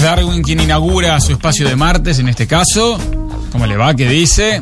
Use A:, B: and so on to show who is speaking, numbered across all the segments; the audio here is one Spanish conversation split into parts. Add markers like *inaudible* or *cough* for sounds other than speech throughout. A: Darwin, quien inaugura su espacio de martes en este caso. ¿Cómo le va? ¿Qué dice?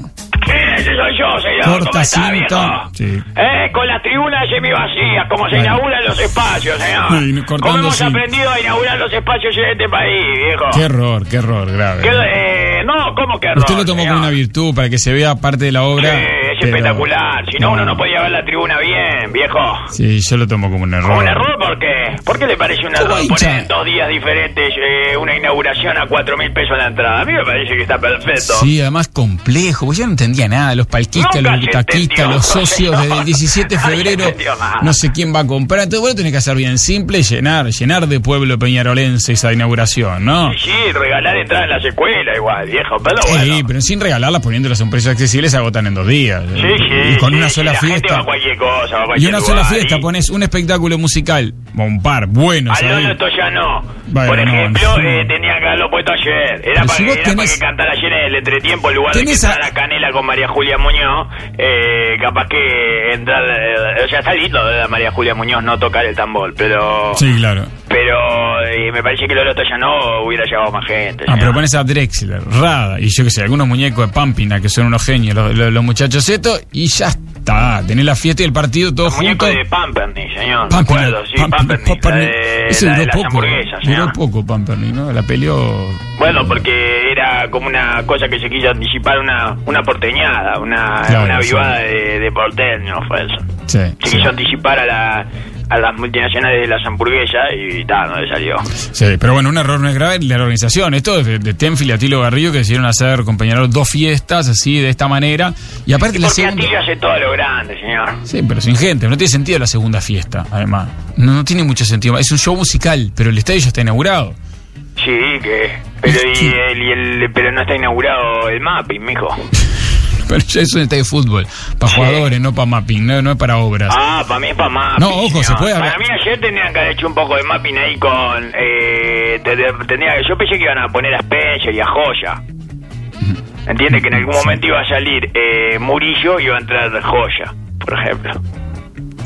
B: Ese soy yo, señor.
A: Corta
B: ¿Cómo está,
A: cinta.
B: viejo? Eh, con la tribuna semivacía, como se
A: Bueno.
B: inauguran los espacios, señor.
A: No, y no- cortando
B: ¿Cómo hemos
A: cinta.
B: aprendido a inaugurar los espacios en este país, viejo?
A: Qué error, qué error, grave.
B: ¿Qué- eh, no, ¿cómo que error,
A: Usted lo tomó
B: señor?
A: como una virtud para que se vea parte de la obra.
B: Sí, es
A: pero-
B: espectacular. Si no, uno no podía ver la tribuna bien, viejo.
A: Sí, yo lo tomo como un error.
B: ¿Un error por qué? ¿Por qué le parece un
A: Como
B: error
A: hincha.
B: poner en dos días diferentes eh, una inauguración a cuatro mil pesos la entrada? A mí me parece que está perfecto.
A: Sí, además complejo, porque yo no entendía nada, los palquistas,
B: Nunca
A: los
B: se
A: butaquistas,
B: entendió,
A: los socios,
B: señor.
A: desde el 17 de
B: *laughs* Nadie
A: febrero,
B: entendió nada.
A: no sé quién va a comprar, entonces vos lo tenés que hacer bien simple, llenar, llenar de pueblo peñarolense esa inauguración, ¿no?
B: Sí, regalar entradas en la secuela igual, viejo, pero
A: Sí,
B: Ah, bueno.
A: pero sin regalarlas, poniéndolas a un precio accesible, se agotan en dos días.
B: Sí, sí.
A: y con
B: sí,
A: una
B: sí,
A: sola
B: la gente va
A: fiesta.
B: a cualquier cosa, va a
A: Y
B: cualquier
A: una sola
B: lugar,
A: fiesta,
B: y-
A: pones un espectáculo musical, o un par, bueno,
B: Al
A: ¿sabés?
B: Lolo Toyano,
A: Bueno,
B: por
A: no,
B: ejemplo,
A: no.
B: eh, tenía que haberlo puesto ayer. Era,
A: Pero
B: para,
A: si
B: que,
A: vos
B: era
A: tenés-
B: para que cantara ayer en el entretiempo en lugar de que
A: Tenés a-
B: entrara Canela con María Julia Muñoz. Eh, capaz que entrar... eh, o sea, está lindo de la María Julia Muñoz no tocar el tambor, pero...
A: Sí, claro.
B: Pero eh, me parece que Lolo Toyano hubiera llevado más gente.
A: Ah,
B: señor.
A: pero pones a Drexler, Rada y yo qué sé, algunos muñecos de Pampina que son unos genios, los, los- los muchachos estos, y ya está. Tenés la fiesta y el partido todo
B: Muñeco
A: junto.
B: de Pampernick, señor. me
A: Pampina,
B: acuerdo, sí,
A: Pampina,
B: Pampernick, la
A: Pampina.
B: de-
A: Ese
B: la
A: duró
B: de las
A: poco.
B: hamburguesas,
A: Duró
B: señor.
A: poco Pampernick, ¿no? La peleó.
B: Bueno, porque era como una cosa que se quiso anticipar, una, una porteñada, una,
A: Claro,
B: una
A: sí.
B: vivada de, de porteño, fue eso.
A: Sí,
B: Se
A: sí.
B: quiso anticipar a, la, a las multinacionales de las hamburguesas y tal, no le salió.
A: Sí, pero bueno, un error no es grave la organización. Esto es de, de Tenfield y Atilo Garrido que decidieron hacer, compañeros, dos fiestas así, de esta manera. Y aparte la
B: Porque
A: segunda.
B: Atilio hace todo lo grande, señor.
A: Sí, pero sin gente. No tiene sentido la segunda fiesta, además. No, no tiene mucho sentido. Es un show musical, pero el estadio ya está inaugurado. *laughs*
B: Sí, que... Pero, y el, y el- pero no está inaugurado el mapping, mijo.
A: Pero ya es un estadio de fútbol. Para
B: Sí.
A: jugadores, no para mapping, no, no es para obras.
B: Ah, para mí es para mapping.
A: No, ojo,
B: señor.
A: se puede hablar-
B: Para mí ayer tendrían que haber hecho un poco de mapping ahí con... Eh, te- te- tendría que- yo pensé que iban a poner a Spencer y a Joya. ¿Entiendes? Que en algún momento iba a salir eh, Murillo y iba a entrar Joya, por ejemplo.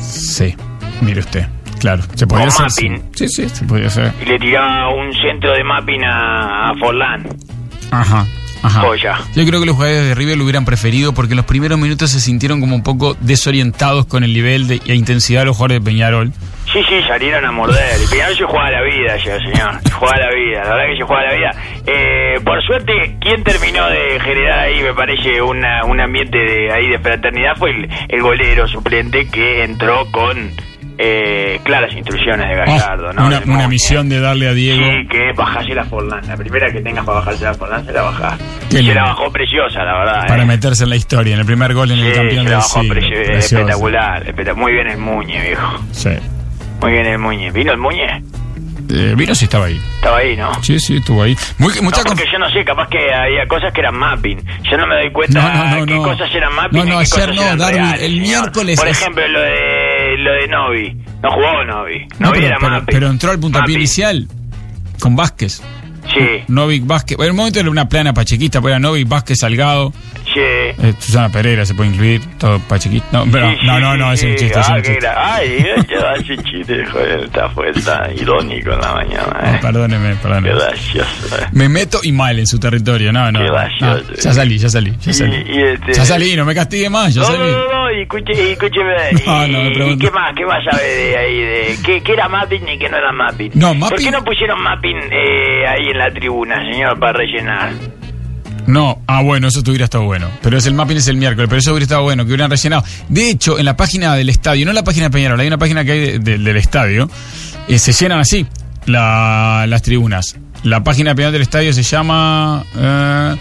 A: Sí, mire usted. Claro, se podía
B: Con
A: hacer. sí.
B: mapping.
A: Sí, sí, se podía hacer.
B: Y le tiraba un centro de mapping a, a Forlán.
A: Ajá. Ajá.
B: Joya.
A: Yo creo que los jugadores de River lo hubieran preferido porque en los primeros minutos se sintieron como un poco desorientados con el nivel de, e intensidad de los jugadores de Peñarol.
B: Sí, sí, salieron a morder. Y Peñarol se juega la vida ayer, señor. Se juega la vida, la verdad que se juega la vida. Eh, por suerte, quien terminó de generar ahí, me parece, una, un ambiente de, ahí de fraternidad fue el, el golero suplente que entró con eh, claras instrucciones de Gallardo,
A: Ah,
B: ¿no?
A: una,
B: Del
A: una
B: monje.
A: misión de darle a Diego.
B: Sí, que es bajarse la Forlán. La primera que tengas para bajarse la Forlán, se la bajás.
A: Qué
B: Se
A: lindo.
B: la bajó preciosa, la verdad.
A: Para
B: eh.
A: meterse en la historia, en el primer gol en el
B: Sí,
A: campeón
B: se la
A: del
B: bajó
A: siglo.
B: preci-
A: Precioso.
B: espectacular, espectacular. Muy bien el Muñe, viejo.
A: Sí.
B: Muy bien el Muñe. ¿Vino el Muñe?
A: Eh, vino si estaba ahí.
B: Estaba ahí, ¿no?
A: Sí, sí, estuvo ahí. Muy, mucha
B: No, porque
A: conf-
B: yo no sé, capaz que había cosas que eran mapping. Yo no me doy cuenta
A: No, no, no,
B: qué
A: no.
B: cosas eran mapping.
A: No, no,
B: y qué
A: ayer
B: cosas
A: no,
B: eran
A: Darwin,
B: reales,
A: el
B: señor.
A: miércoles
B: Por
A: es-
B: ejemplo, lo de, lo de Novi. No jugó Novi.
A: No,
B: Novi
A: pero,
B: era
A: pero-
B: mapping.
A: pero entró al puntapié
B: Mapping.
A: inicial con Vázquez.
B: Sí,
A: Novik Vázquez. En un momento era una plana pachequista, pero era Novik Vázquez Salgado.
B: sí.
A: eh, Susana Pereira se puede incluir, todo pachequista. No, pero,
B: Sí, sí,
A: no, no, no, es
B: sí,
A: un
B: sí.
A: chiste. es
B: Ah,
A: un
B: qué
A: chiste.
B: gra-
A: *laughs*
B: Ay, yo hace chiste, joder. Está, fue tan irónico en la mañana.
A: No,
B: eh.
A: *laughs* perdóneme,
B: Qué
A: perdóneme.
B: gracioso. eh.
A: Me meto y mal en su territorio. No, no.
B: Qué
A: no.
B: gracioso.
A: ya salí, ya salí, ya
B: Y-
A: salí.
B: y este-
A: Ya salí, no me castigue más, ya
B: No,
A: salí.
B: no, no, no, y escuche- y escúcheme.
A: *laughs* No,
B: y-
A: no, me
B: y
A: pregunto.
B: ¿Qué más? ¿Qué más sabe de ahí? De, ¿qué, qué era mapping y qué no era mapping?
A: No,
B: ¿Por
A: mapping-
B: qué no pusieron mapping eh, ahí en la tribuna, señor, para rellenar?
A: No, ah, bueno, eso hubiera estado bueno. Pero es el mapping es el miércoles, pero eso hubiera estado bueno, que hubieran rellenado. De hecho, en la página del estadio, no en la página de Peñarol, hay una página que hay de- de- del estadio, eh, se llenan así la- las tribunas. La página de Peñarol del estadio se llama eh,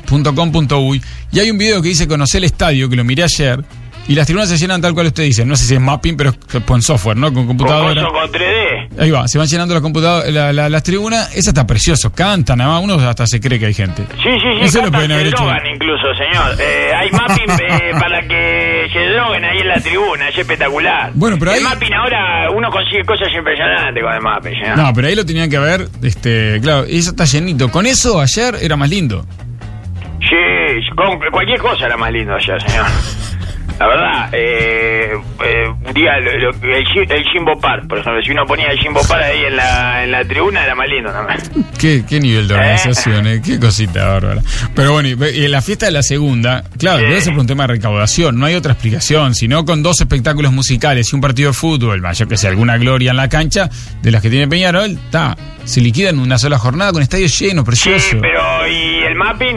A: estadiocap.com.uy y hay un video que dice conocer el estadio, que lo miré ayer, y las tribunas se llenan tal cual usted dice. No sé si es mapping, pero es con software, ¿no? Con
B: Con
A: computadora.
B: coso con 3D.
A: Ahí va, se van llenando las computadoras, la- la- las tribunas. Esa está precioso, cantan, además uno hasta se cree que hay gente.
B: Sí, sí, sí,
A: Eso lo
B: cantan,
A: pueden haber
B: se
A: hecho.
B: drogan incluso, señor. Eh, hay
A: *laughs*
B: mapping eh, para que se droguen ahí en la tribuna, es espectacular.
A: Bueno, pero
B: el
A: ahí-
B: mapping ahora uno consigue cosas impresionantes con el mapping, señor.
A: No, pero ahí lo tenían que ver, este, claro, y eso está llenito. Con eso ayer era más lindo.
B: Sí, con cualquier cosa era más lindo ayer, señor. La verdad, eh, eh, diga, lo- lo- el, Jim- el Jimbo Par, por ejemplo, si uno ponía el Jimbo Par ahí en la, en la tribuna, era más lindo. ¿no?
A: ¿Qué, qué nivel de
B: Eh.
A: organización, eh? qué cosita bárbara. Pero bueno, y, y la fiesta de la segunda, claro,
B: Sí.
A: debe ser por un tema de recaudación, no hay otra explicación, sino con dos espectáculos musicales y un partido de fútbol, mayor que sea alguna gloria en la cancha, de las que tiene Peñarol, está, se liquida en una sola jornada con estadio lleno,
B: Sí,
A: precioso.
B: pero ¿y el mapping?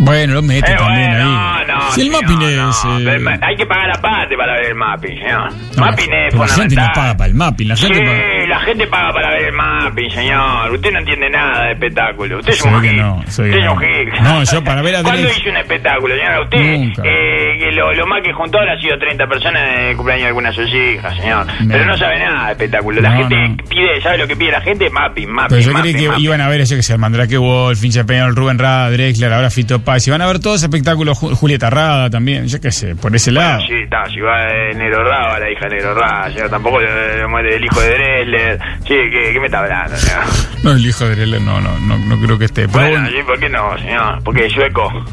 A: Bueno, lo mete
B: Eh,
A: Este también
B: bueno,
A: ahí.
B: no, no.
A: si el
B: señor,
A: mapping
B: no.
A: es... eh,
B: Pero el ma- hay que pagar aparte para ver el mapping, señor.
A: no,
B: mapping
A: pero
B: es
A: la gente no
B: fundamental.
A: paga para el mapping, la gente paga...
B: Sí, la gente paga para ver el mapping, señor. Usted no entiende nada de espectáculo. Usted es
A: Se ve
B: un
A: que
B: hick.
A: no, se ve
B: Usted
A: que
B: es
A: no.
B: un hick.
A: No, yo para ver a
B: *laughs* ¿Cuándo
A: Drake-
B: hizo un espectáculo, señora? Usted,
A: Nunca.
B: eh, que lo, lo más que juntó ahora ha sido 30 personas en el cumpleaños de algunas de sus hijas, señor.
A: No.
B: Pero no sabe nada de espectáculo. La
A: No,
B: gente
A: no.
B: pide, ¿sabe lo que pide la gente? Mapping, mapping,
A: Pero yo
B: mapping,
A: creí que
B: mapping.
A: iban a ver, yo que sé, Mandrake Wolf, Fincha Peñol, Rubén Rada, Drexler, ahora Fito Paz. Y van a ver todos espectáculos, Ju- Julieta Rada también, yo qué sé, por ese lado.
B: Sí, está, si va eh, Nero Raba, la hija de Nero Raba, señor, tampoco eh, muere el hijo de Dresler. Sí, ¿qué, qué me está hablando, señor?
A: No, el hijo de Drexler no, no, no, no creo que esté. Pero
B: Bueno,
A: bueno,
B: sí, ¿por qué no, señor? Porque es sueco.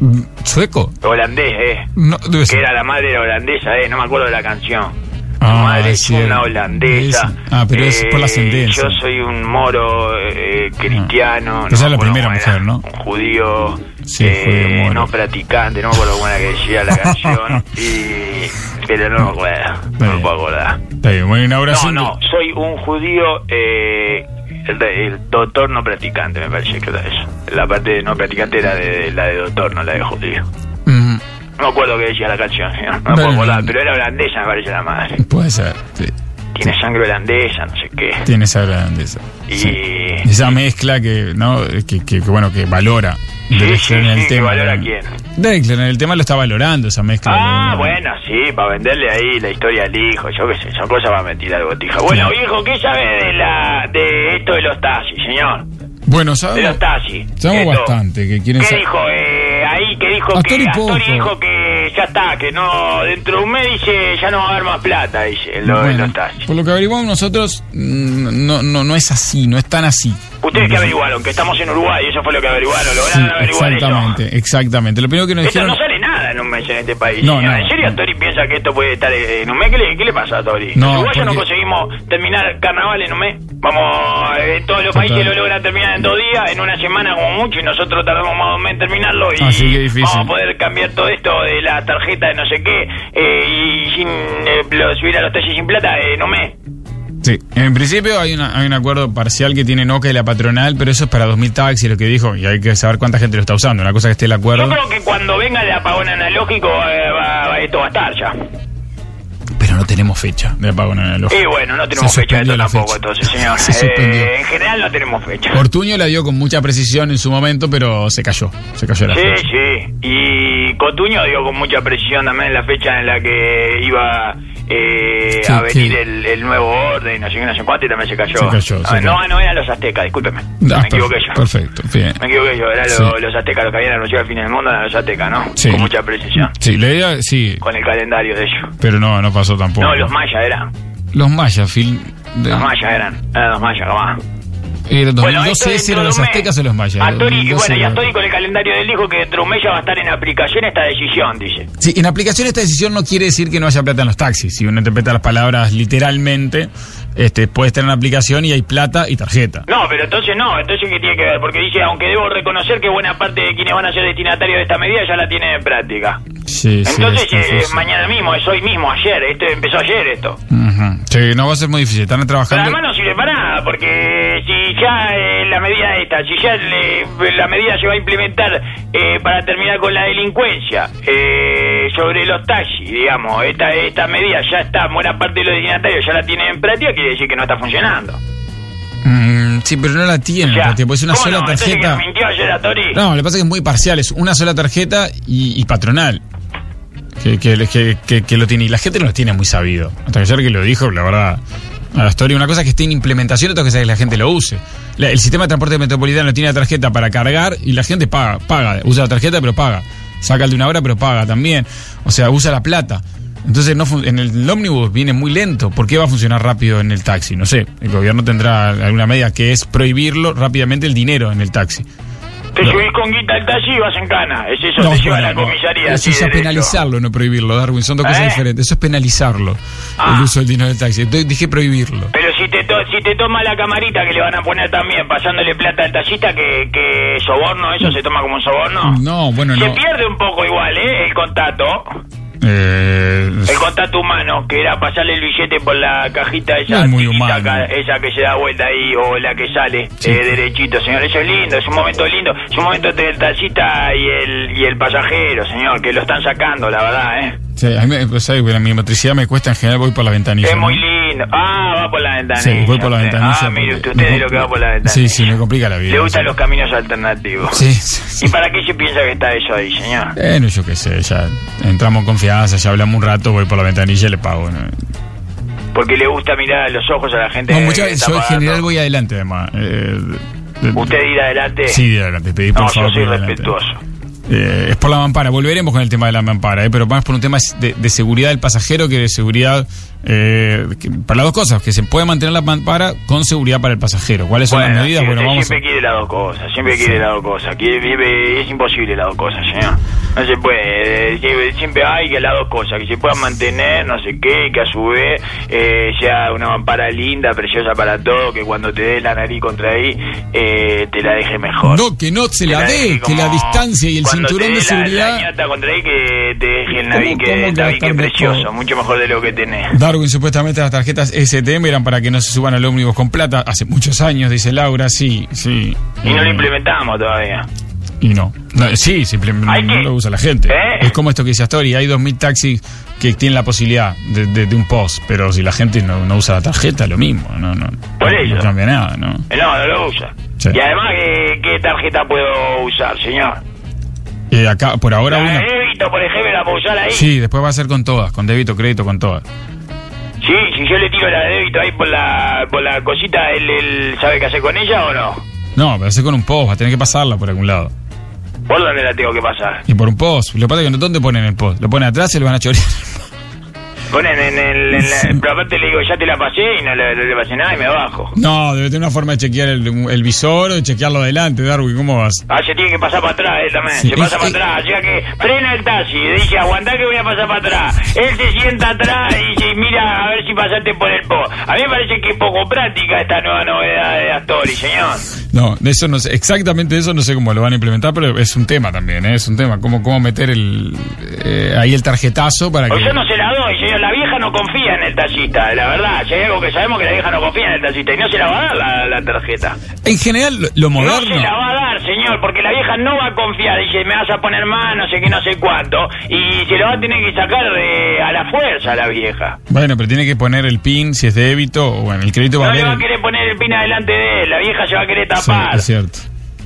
A: mm, ¿Sueco?
B: holandés, eh.
A: No, debe
B: Que
A: ser.
B: era la madre era holandesa, eh. No me acuerdo de la canción. Tu
A: Ah,
B: madre
A: es
B: es una
A: cierto.
B: holandesa. Eh,
A: Es- ah, pero es por la ascendencia.
B: Yo soy un moro eh, cristiano.
A: Ah. Esa es la
B: me acuerdo
A: primera
B: cómo era,
A: mujer, ¿no?
B: Un judío.
A: Sí,
B: eh,
A: judío moro.
B: no practicante, no me acuerdo cómo era que decía
A: *laughs*
B: la canción. Y. Pero no me acuerdo.
A: Está
B: No me
A: bien.
B: puedo acordar.
A: Está bien, bueno,
B: No,
A: inauguración.
B: no, soy un judío, eh, el, de- el doctor no practicante, me parece que era eso. La parte de no practicante era de, la de doctor, no la de judío.
A: Mm,
B: No me acuerdo qué decía la canción, señor. no me
A: Dale.
B: puedo acordar, pero era holandesa, me parece la madre.
A: puede ser. sí,
B: Tiene sangre holandesa, no sé qué.
A: Tiene esa grandeza.
B: Y.
A: Sí. Esa mezcla que, ¿no? Que, que- que, bueno, que valora.
B: Sí,
A: Drexler
B: sí,
A: en el
B: sí, que
A: tema.
B: valora
A: ¿no?
B: quién.
A: Drexler en el tema lo está valorando esa mezcla.
B: Ah,
A: ¿no?
B: bueno, sí, para venderle ahí la historia al hijo, yo qué sé, son cosas para mentir al botija. Bueno,
A: Sí.
B: viejo, ¿qué sabe de la de esto de los taxis, señor?
A: Bueno,
B: De
A: ¿sabes?
B: los taxis.
A: Sabemos
B: Esto.
A: bastante que quieren
B: ¿Qué
A: sa-
B: dijo? Eh, ahí que dijo
A: Astori
B: que Astori
A: Pozo.
B: dijo que ya está, que no, dentro de un mes dice ya no va a haber más plata, dice, en lo- en
A: Bueno,
B: los taxis.
A: por lo que averiguamos nosotros, mm, no, no, no es así, no es tan así.
B: Ustedes que averiguaron, que estamos en Uruguay, eso fue lo que averiguaron, lograron
A: Sí,
B: averiguar
A: exactamente,
B: eso.
A: exactamente. Lo primero que nos
B: Esto
A: dijeron...
B: no sale nada en un mes en este país.
A: No,
B: señora.
A: no.
B: ¿En serio Astori piensa que esto puede estar eh, en un mes? ¿Qué le, qué le pasa a Astori?
A: No,
B: en Uruguay ya no
A: porque-
B: conseguimos terminar carnaval en un mes. Vamos, eh, todos los
A: Total.
B: países lo logran terminar en dos días, en una semana como mucho, y nosotros tardamos más de un mes en terminarlo. Y
A: Así que difícil.
B: Vamos a poder cambiar todo esto de la tarjeta de no sé qué eh, y sin, eh, lo- subir a los talles sin plata en un mes.
A: Sí, en principio hay, una- hay un acuerdo parcial que tiene NOCA y la patronal, pero eso es para 2.000 taxis, lo que dijo, y hay que saber cuánta gente lo está usando. Una cosa que esté el
B: Yo
A: acuerdo...
B: creo que cuando venga el apagón analógico, eh, va- va- esto va a estar ya.
A: Pero no tenemos fecha de apagón analógico.
B: Y bueno, no tenemos
A: Se
B: fecha de
A: suspendió
B: esto
A: la
B: tampoco,
A: fecha.
B: entonces, señor.
A: Se
B: Eh,
A: suspendió.
B: en general no tenemos fecha.
A: Ortuño la dio con mucha precisión en su momento, pero se cayó, se cayó la
B: Sí,
A: fecha.
B: sí. Y Cotuño dio con mucha precisión también la fecha en la que iba eh,
A: Sí,
B: a venir
A: sí.
B: el, el nuevo orden, no sé qué, no sé cuánto, y también se cayó.
A: Se cayó,
B: Ah,
A: se
B: no,
A: cayó.
B: no eran los aztecas, discúlpeme.
A: Ah,
B: Me equivoqué
A: perfe-
B: yo.
A: Perfecto, bien.
B: Me equivoqué yo, eran
A: Sí.
B: los, los aztecas los que habían anunciado el fin del mundo, eran los aztecas, ¿no?
A: Sí.
B: Con mucha precisión,
A: Sí, la idea, sí,
B: con el calendario de ellos.
A: pero no, no pasó tampoco.
B: No, los mayas eran,
A: Los mayas, Phil... de- eh,
B: los mayas eran, eran los mayas, nomás.
A: Era
B: Bueno,
A: 2012 ese
B: esto dentro
A: eran
B: de
A: los
B: un mes.
A: aztecas o los mayas.
B: Astori- y
A: 2012
B: bueno, y
A: era-
B: Astori con el calendario del hijo que dentro de un mes ya va a estar en aplicación esta decisión, dice.
A: Sí, en aplicación esta decisión no quiere decir que no haya plata en los taxis. Si uno interpreta las palabras literalmente, este, puedes tener una aplicación y hay plata y tarjeta.
B: No, pero entonces no, entonces ¿qué tiene que ver? Porque dice, aunque debo reconocer que buena parte de quienes van a ser destinatarios de esta medida ya la tienen en práctica.
A: Sí,
B: Entonces,
A: sí, es
B: eh,
A: confuso.
B: mañana mismo, es hoy mismo, ayer, esto empezó ayer esto.
A: Ujú. Sí, no va a ser muy difícil. Están
B: Pero
A: trabajando.
B: además no sirve para nada, porque si ya eh, la medida esta, si ya le- la medida se va a implementar eh, para terminar con la delincuencia eh, sobre los taxis, digamos, esta, esta medida ya está, buena parte de los destinatarios ya la tienen en práctica, quiere decir que no está funcionando.
A: Mm, sí, pero no la tienen. la
B: O sea,
A: tarjeta, porque es una
B: ¿cómo
A: sola
B: no? Entonces,
A: tarjeta.
B: ¿que mintió ayer a Tori?
A: No, lo que pasa es que es muy parcial. Es una sola tarjeta y, y patronal. Que, que- que- que- que lo tiene. Y la gente no lo tiene muy sabido. Hasta ayer que lo dijo, la verdad. A la historia, una cosa es que esté en implementación, otra cosa es que la gente lo use. La- el sistema de transporte metropolitano tiene la tarjeta para cargar y la gente paga, paga, usa la tarjeta pero paga. Saca el de una hora pero paga también. O sea, usa la plata. Entonces no fun- en el ómnibus viene muy lento. ¿Por qué va a funcionar rápido en el taxi? No sé. El gobierno tendrá alguna medida que es prohibirlo rápidamente el dinero en el taxi.
B: Te subís con guita al taxi y vas en cana. Es eso, te lleva a la comisaría.
A: Eso
B: así
A: es a
B: derecho.
A: penalizarlo, no prohibirlo, Darwin. Son dos cosas
B: ¿Eh?
A: diferentes. Eso es penalizarlo,
B: Ah.
A: el uso del dinero del taxi. Entonces dije prohibirlo.
B: Pero si te, to- si te toma la camarita que le van a poner también, pasándole plata al taxista, que, que soborno, eso se toma como un soborno.
A: No, bueno,
B: Se
A: no.
B: pierde un poco igual, ¿eh? El contacto.
A: Eh,
B: El contacto humano, que era pasarle el billete por la cajita esa,
A: No es muy
B: chiquita
A: humano.
B: ca- esa que se da vuelta ahí o la que sale
A: Sí.
B: eh, derechito, señor. Eso es lindo, es un momento lindo. Es un momento entre el taxista y el, y el pasajero, señor, que lo están sacando, la verdad, ¿eh?
A: sí, a mí, me- pues, ¿sabes? Bueno, mi motricidad me cuesta, en general voy por la ventanilla.
B: Es
A: ¿no?
B: muy lindo. Ah, va por la ventanilla.
A: Sí, voy por la
B: usted.
A: ventanilla.
B: Ah, mire,
A: porque
B: usted, usted
A: me
B: es lo que va por la
A: Sí,
B: ventanilla.
A: sí, me complica la vida.
B: Le gustan
A: sí.
B: los caminos alternativos.
A: Sí, sí, sí.
B: ¿Y para qué se piensa que está eso ahí, señor?
A: Bueno, yo qué sé, ya entramos en confianza, ya hablamos un rato, voy por la ventanilla y le pago. ¿no?
B: Porque le gusta mirar a los ojos a la gente.
A: No,
B: que
A: muchas veces,
B: está
A: yo en
B: pagando.
A: general voy adelante, además. Eh, de- de-
B: ¿Usted ir adelante?
A: Sí, de adelante, pedí por
B: No,
A: favor.
B: yo soy
A: que ir adelante.
B: respetuoso.
A: Eh, es por la mampara, volveremos con el tema de la mampara, eh, pero más por un tema de, de seguridad del pasajero que de seguridad eh, que- para las dos cosas, que se puede mantener la mampara con seguridad para el pasajero. ¿Cuáles son las medidas?
B: sí,
A: Bueno,
B: usted
A: vamos a...
B: siempre quiere las dos cosas, siempre quiere las dos cosas. Quiere- vive- es imposible las dos cosas, señor. No se puede. eh, Siempre, siempre hay que las dos cosas, que se puedan mantener, no sé qué, y que a su vez eh, sea una mampara linda, preciosa para todo, que cuando te dé la nariz contra ahí, eh, te la deje mejor.
A: No, que no se la
B: Que
A: dé, que
B: como
A: la distancia y el
B: cuando te
A: cinturón
B: dé
A: de
B: la-
A: seguridad...
B: La, ñata contra ahí que te deje el
A: ¿Cómo- cómo que va
B: navique,
A: a
B: navique
A: estar
B: precioso,
A: mejor?
B: mucho mejor de lo que tenés.
A: Darwin, supuestamente las tarjetas STM eran para que no se suban al ómnibus con plata. Hace muchos años, dice Laura, sí, sí.
B: Y no lo
A: Eh,
B: implementamos todavía.
A: Y no. No, sí, simplemente
B: Hay
A: no
B: que-
A: lo usa la gente.
B: ¿Eh?
A: Es como esto que dice Astori, hay 2.000 taxis que tienen la posibilidad de, de- de un post, pero si la gente no, no usa la tarjeta, lo mismo, no, no,
B: Por
A: no-
B: ello.
A: no cambia nada, ¿no?
B: No, no lo usa.
A: Sí.
B: Y además, ¿qué, qué tarjeta puedo usar, señor?
A: Eh, acá, por ahora
B: la
A: una...
B: de débito, por ejemplo, la puedo usar ahí. Sí.
A: Sí, después va a ser con todas, con débito, crédito, con todas.
B: si yo le tiro la de débito ahí por la, por la cosita, ¿él, él sabe qué hacer con ella o no?
A: No, pero hacer con un post, va a tener que pasarla por algún lado.
B: ¿Por dónde la tengo que pasar?
A: Y por un post. Lo que pasa es que no- ¿dónde ponen el post? Lo ponen atrás y lo van a chorear. *laughs*
B: Ponen en el... En la- pero aparte le digo, ya te la pasé y no le, no le pasé nada y me bajo.
A: No, debe tener una forma de chequear el, el visor o de chequearlo adelante, Darwin. ¿Cómo vas?
B: Ah, se tiene que pasar para atrás, él también.
A: Sí,
B: se pasa
A: es-
B: para
A: es-
B: atrás. O sea que frena el taxi. y Dice, aguantá que voy a pasar para atrás. Él se sienta atrás y dice, mira, a ver si pasaste por el po. A mí me parece que es poco práctica esta nueva novedad de Astori, señor.
A: No, de eso no sé, exactamente eso no sé cómo lo van a implementar, pero es un tema también, ¿eh? es un tema. ¿Cómo, cómo meter el, eh, ahí el tarjetazo para
B: O
A: que.
B: yo no se la doy, señor. La vieja no confía en el taxista, la verdad. Si hay algo que sabemos que la vieja no confía en el taxista y no se la va a dar la, la tarjeta.
A: En general, lo, lo
B: No se
A: moderno.
B: la va a dar, señor, porque la vieja no va a confiar. Dice, me vas a poner más, no sé qué, no sé cuánto. Y se lo va a tener que sacar de, a la fuerza la vieja.
A: Bueno, pero tiene que poner el PIN si es de débito o bueno, el crédito va
B: No
A: a
B: le
A: ver
B: va a
A: el-
B: querer poner el pin adelante de él, la vieja se va a querer
A: Sí,
B: tapar.
A: es cierto.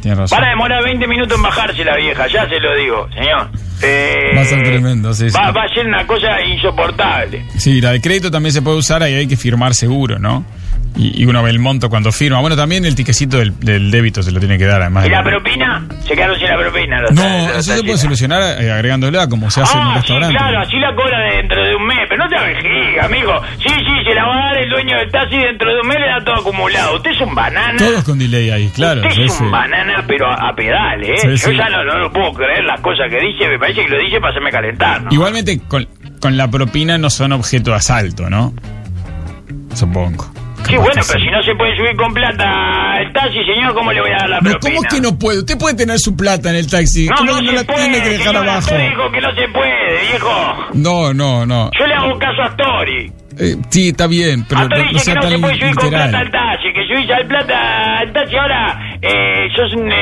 A: Tienes razón.
B: Van a demorar 20 minutos en bajarse la vieja, ya se lo digo, señor. Eh,
A: Va a ser tremendo, sí, sí.
B: Va, va a ser una cosa insoportable.
A: Sí, la de crédito también se puede usar, ahí hay que firmar seguro, ¿no? Y, y uno ve el monto cuando firma. Bueno, también el tiquecito del, del débito se lo tiene que dar, además.
B: ¿Y
A: de-
B: la propina? Se quedaron sin la propina. los-
A: No,
B: los
A: eso se puede
B: taxistas.
A: solucionar eh, agregándola, como se hace en un
B: Ah, sí,
A: restaurante.
B: claro, así la cobra dentro de un mes, pero no te vejiga, amigo. Sí, sí, se la va a dar el dueño del taxi dentro de un mes, le da todo acumulado. Usted es un banana.
A: Todos con delay ahí, claro.
B: Usted
A: sí,
B: es
A: sí.
B: un banana, pero a, a pedal, ¿eh?
A: Sí,
B: Yo
A: sí.
B: ya no, no lo puedo creer las cosas que dice, me parece que lo dice para hacerme calentar, ¿no?
A: Igualmente, con, con la propina no son objeto de asalto, ¿no? Supongo.
B: Sí,
A: Capaz
B: bueno,
A: que
B: pero
A: sí.
B: si no se puede subir con plata el taxi, señor, ¿cómo le voy a dar la
A: No,
B: propina?
A: ¿Cómo es que no puede? Usted puede tener su plata en el taxi.
B: No,
A: ¿Cómo
B: no,
A: no
B: se
A: la
B: puede,
A: tiene que dejar
B: señor,
A: abajo?
B: Astori dijo que no se puede, viejo.
A: No, no, no.
B: Yo le hago caso a Astori.
A: Eh, sí, está bien, pero
B: Astori
A: no, no
B: dice
A: sea
B: que no se
A: tan
B: puede subir con plata al
A: literal.
B: taxi, que subís al plata al taxi ahora, eh, sos un, eh,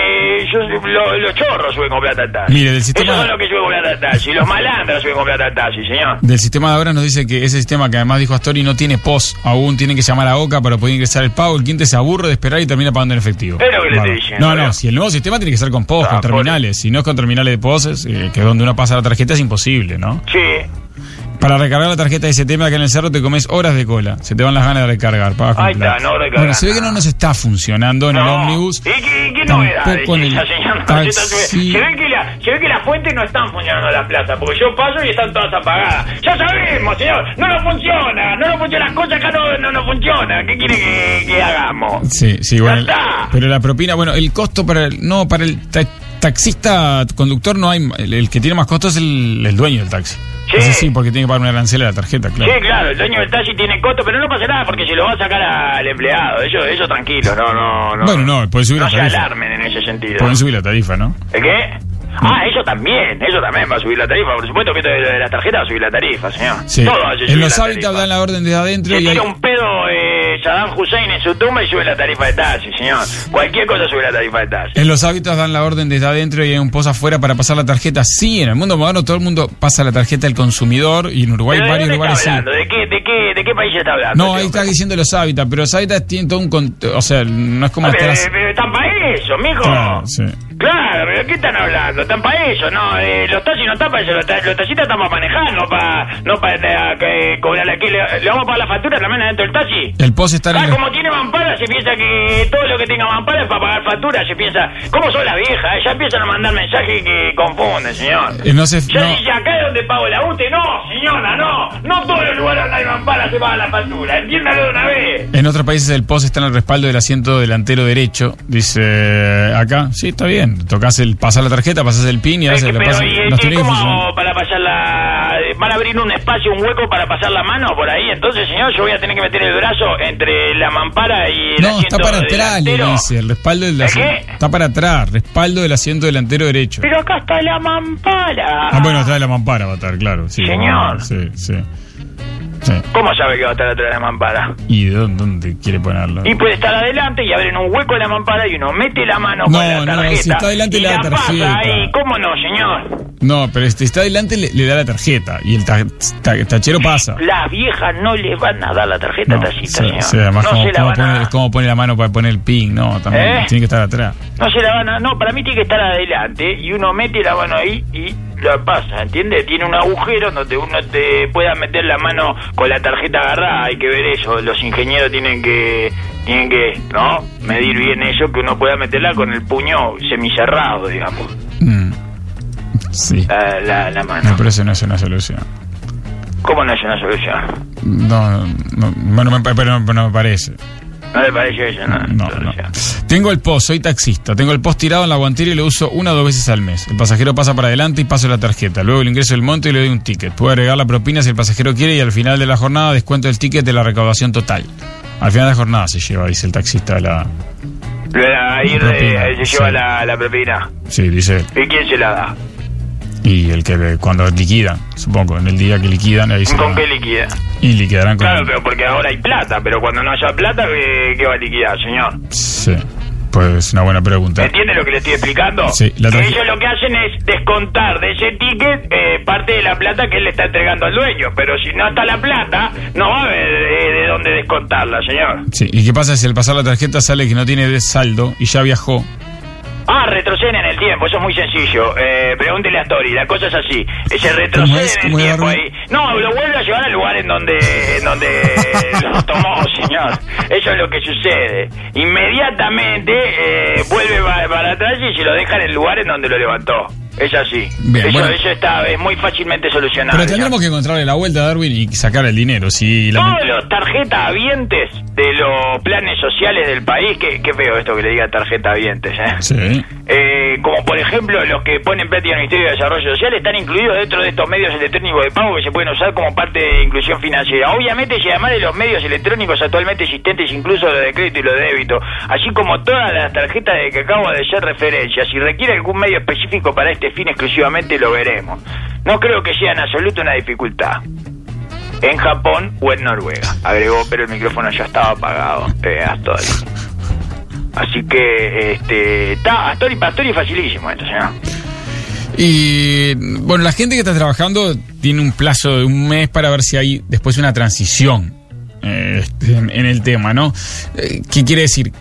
B: sos- lo- los chorros suben con plata al taxi.
A: Mire, del sistema-
B: Esos son los que suben con plata al taxi, los malandros suben con plata al taxi, señor.
A: Del sistema de ahora nos dice que ese sistema que además dijo Astori no tiene POS aún, tienen que llamar a OCA para poder ingresar el pago, el cliente se aburre de esperar y termina pagando en efectivo.
B: Es lo que le estoy
A: Bárbaro.
B: diciendo,
A: no, no,
B: ¿verdad?
A: si el nuevo sistema tiene que ser con POS,
B: Ah,
A: con
B: por-
A: terminales, si no es con terminales de POS, es, eh, que es donde uno pasa la tarjeta es imposible, ¿no?
B: Sí.
A: Para recargar la tarjeta de ese tema que en el cerro te comes horas de cola. Se te van las ganas de recargar. Pagas con
B: Ahí está,
A: plata.
B: no recargas
A: Bueno, se ve que
B: nada.
A: no nos está funcionando en el
B: No.
A: ómnibus.
B: ¿Y qué, y qué
A: Tampoco
B: novedades?
A: en el
B: Esa señora-
A: taxi.
B: Se, ve que la, se ve que las fuentes no están funcionando las plazas, porque yo paso y están todas apagadas. Ya sabemos, señor, no nos funciona, no nos funcionan las cosas acá no, no nos funcionan. ¿Qué quiere que, que hagamos?
A: Sí, sí, bueno. el-
B: está.
A: Pero la propina, bueno, el costo para el. No, para el ta- taxista conductor no hay. El, el que tiene más costo es el, el dueño del taxi.
B: Sí.
A: Ese sí, porque tiene que pagar una arancel a la tarjeta, claro.
B: Sí, claro, el dueño del taxi tiene costo, pero no pasa nada porque se lo va a sacar al empleado. Eso, eso tranquilo, no, no, no.
A: Bueno, no, puede subir
B: No
A: la
B: se
A: tarifa.
B: alarmen en ese sentido.
A: Pueden subir la tarifa, ¿no?
B: ¿El ¿Qué? Ah, eso también, eso también va a subir la tarifa. Por supuesto que esto de la tarjeta va a subir la tarifa, señor.
A: Sí.
B: Todo hace subir
A: En los
B: la
A: hábitats
B: tarifa.
A: dan la orden desde adentro
B: Se
A: y hay.
B: tira un pedo eh, Saddam Hussein en su tumba y sube la tarifa de taxi, señor. Cualquier cosa sube la tarifa de taxi.
A: En los hábitos dan la orden desde adentro y hay un post afuera para pasar la tarjeta. Sí, en el mundo moderno todo el mundo pasa la tarjeta del consumidor y en Uruguay
B: Pero, ¿de
A: varios
B: dónde
A: lugares sí.
B: está hablando? ¿De, qué, de, qué, ¿De qué país está
A: No,
B: hablando? este
A: ahí
B: hombre?
A: estás diciendo los hábitats, pero los hábitats tienen todo un... cont- O sea, no es como...
B: Ah, Pero,
A: estar-
B: pero están para eso, mijo.
A: Claro, sí.
B: Claro, pero ¿qué están hablando? Están para eso, ¿no? Eh, los taxis no están para eso, los, ta- los taxistas están para manejar, no para no pa, eh, que- cobrar aquí. ¿Le, le vamos a pagar la factura también adentro del taxi?
A: El post está
B: Ah,
A: en...
B: como tiene mampara, se piensa que todo lo que tenga mampara es para pagar factura. Se piensa, ¿cómo son las viejas? Ya empiezan a mandar mensajes que confunden, señor.
A: eh, No se...
B: Ya
A: no.
B: dice, acá es donde pago la UTE. No, señora, no. No todos los lugares donde hay mampara se paga la factura. Entiéndalo de una vez.
A: En otros países el post está en el respaldo del asiento delantero derecho. Dice eh, acá, sí, está bien. Tocas el pasar la tarjeta, pasas el pin y
B: Es
A: haces
B: que,
A: la
B: Eh, pero,
A: pasas.
B: ¿y,
A: Nos tenés
B: y
A: que
B: cómo
A: funcionar.
B: hago para pasar la... ¿Van a abrir un espacio, un hueco para pasar la mano por ahí? Entonces, señor, yo voy a tener que meter el brazo entre la mampara y el
A: No, está
B: asiento
A: para atrás, le
B: delantero.
A: dice. El respaldo del
B: ¿De
A: asiento.
B: qué?
A: Está para atrás, respaldo del asiento delantero derecho.
B: Pero acá está la mampara.
A: Ah, bueno, atrás de la mampara va a estar, claro. Sí,
B: Señor.
A: Sí, sí. Sí.
B: ¿Cómo sabe que va a estar atrás de la mampara?
A: ¿Y de dónde, dónde quiere ponerlo?
B: Y puede estar adelante y abren un hueco de la mampara y uno mete la mano
A: No,
B: con la
A: no,
B: tarjeta.
A: si está adelante
B: y
A: la tarjeta.
B: Pasa ahí. ¿Cómo no, señor?
A: No, pero este está adelante, le, le da la tarjeta. Y el ta- ta- tachero pasa.
B: Las viejas no le van a dar la tarjeta
A: No, sí,
B: tacita, señor.
A: sí, además,
B: no
A: ¿cómo,
B: se la
A: cómo
B: van
A: pone,
B: a...
A: cómo pone la mano para poner el ping? No, también
B: ¿Eh?
A: tiene que estar atrás.
B: No se la van a... No, para mí tiene que estar adelante y uno mete la mano ahí y la pasa, ¿entiendes? Tiene un agujero donde uno te pueda meter la mano con la tarjeta agarrada. Hay que ver eso. Los ingenieros tienen que... Tienen que, ¿no? Medir bien eso, que uno pueda meterla con el puño semicerrado, digamos,
A: Mm. Sí.
B: la, la, la
A: No,
B: mano.
A: pero eso no es una solución.
B: ¿Cómo no es una solución?
A: No, no, bueno, me, pa- pero no, no me parece.
B: No le parece eso, ¿no?
A: No, no.
B: Solución.
A: Tengo el post, soy taxista. Tengo el post tirado en la guantera y lo uso una o dos veces al mes. El pasajero pasa para adelante y paso la tarjeta. Luego le ingreso el monto y le doy un ticket. Puedo agregar la propina si el pasajero quiere y al final de la jornada descuento el ticket de la recaudación total. Al final de la jornada se lleva, dice el taxista. La...
B: Ahí eh,
A: Propina,
B: se lleva
A: sí.
B: la, la propina.
A: Sí, dice él.
B: ¿Y quién se la da?
A: Y el que le- cuando liquidan, supongo, en el día que liquidan, ahí se
B: ¿Con
A: la-
B: qué liquida?
A: Y liquidarán con
B: Claro, pero porque ahora hay plata, pero cuando no haya plata, ¿qué, qué va a liquidar, señor?
A: Sí, pues una buena pregunta.
B: ¿Entiende lo que le estoy explicando?
A: Sí, la
B: Que
A: tarjeta-
B: ellos lo que hacen es descontar de ese ticket eh, parte de la plata que él le está entregando al dueño, pero si no está la plata, no va a haber eh, de dónde descontarla, señor.
A: Sí, ¿y qué pasa si al pasar la tarjeta sale que no tiene de saldo y ya viajó?
B: Ah, retroceden en el tiempo, eso es muy sencillo. Eh, pregúntele a Tori, la cosa es así. Eh, se
A: ¿Cómo
B: retroceden
A: es?
B: en el
A: ¿Cómo es,
B: tiempo
A: Darwin?
B: ahí. No, lo vuelve a llevar al lugar en donde, en donde
A: *laughs*
B: lo tomó, señor. Eso es lo que sucede. Inmediatamente eh, vuelve pa- para atrás y se lo deja en el lugar en donde lo levantó. Es así.
A: Bien,
B: eso,
A: bueno.
B: eso está es muy fácilmente solucionable.
A: Pero tendremos que encontrarle la vuelta a Darwin y sacar el dinero. Si la...
B: Todos los tarjeta habientes de los planes sociales del país, qué, qué feo esto que le diga tarjeta habientes, ¿eh?
A: Sí.
B: Eh, como por ejemplo los que ponen práctica en el Ministerio de Desarrollo Social están incluidos dentro de estos medios electrónicos de pago que se pueden usar como parte de inclusión financiera. Obviamente, y además de los medios electrónicos actualmente existentes, incluso los de crédito y los de débito, así como todas las tarjetas de que acabo de hacer referencia, si requiere algún medio específico para este fin exclusivamente lo veremos. No creo que sea en absoluto una dificultad. En Japón o en Noruega, agregó, pero el micrófono ya estaba apagado. Eh, hasta ahí. Así que, este, está, Astori, Pastori es facilísimo esto, señor.
A: Y bueno, la gente que está trabajando tiene un plazo de un mes para ver si hay después una transición eh, este, en, en el tema, ¿no? Eh, ¿Qué quiere decir?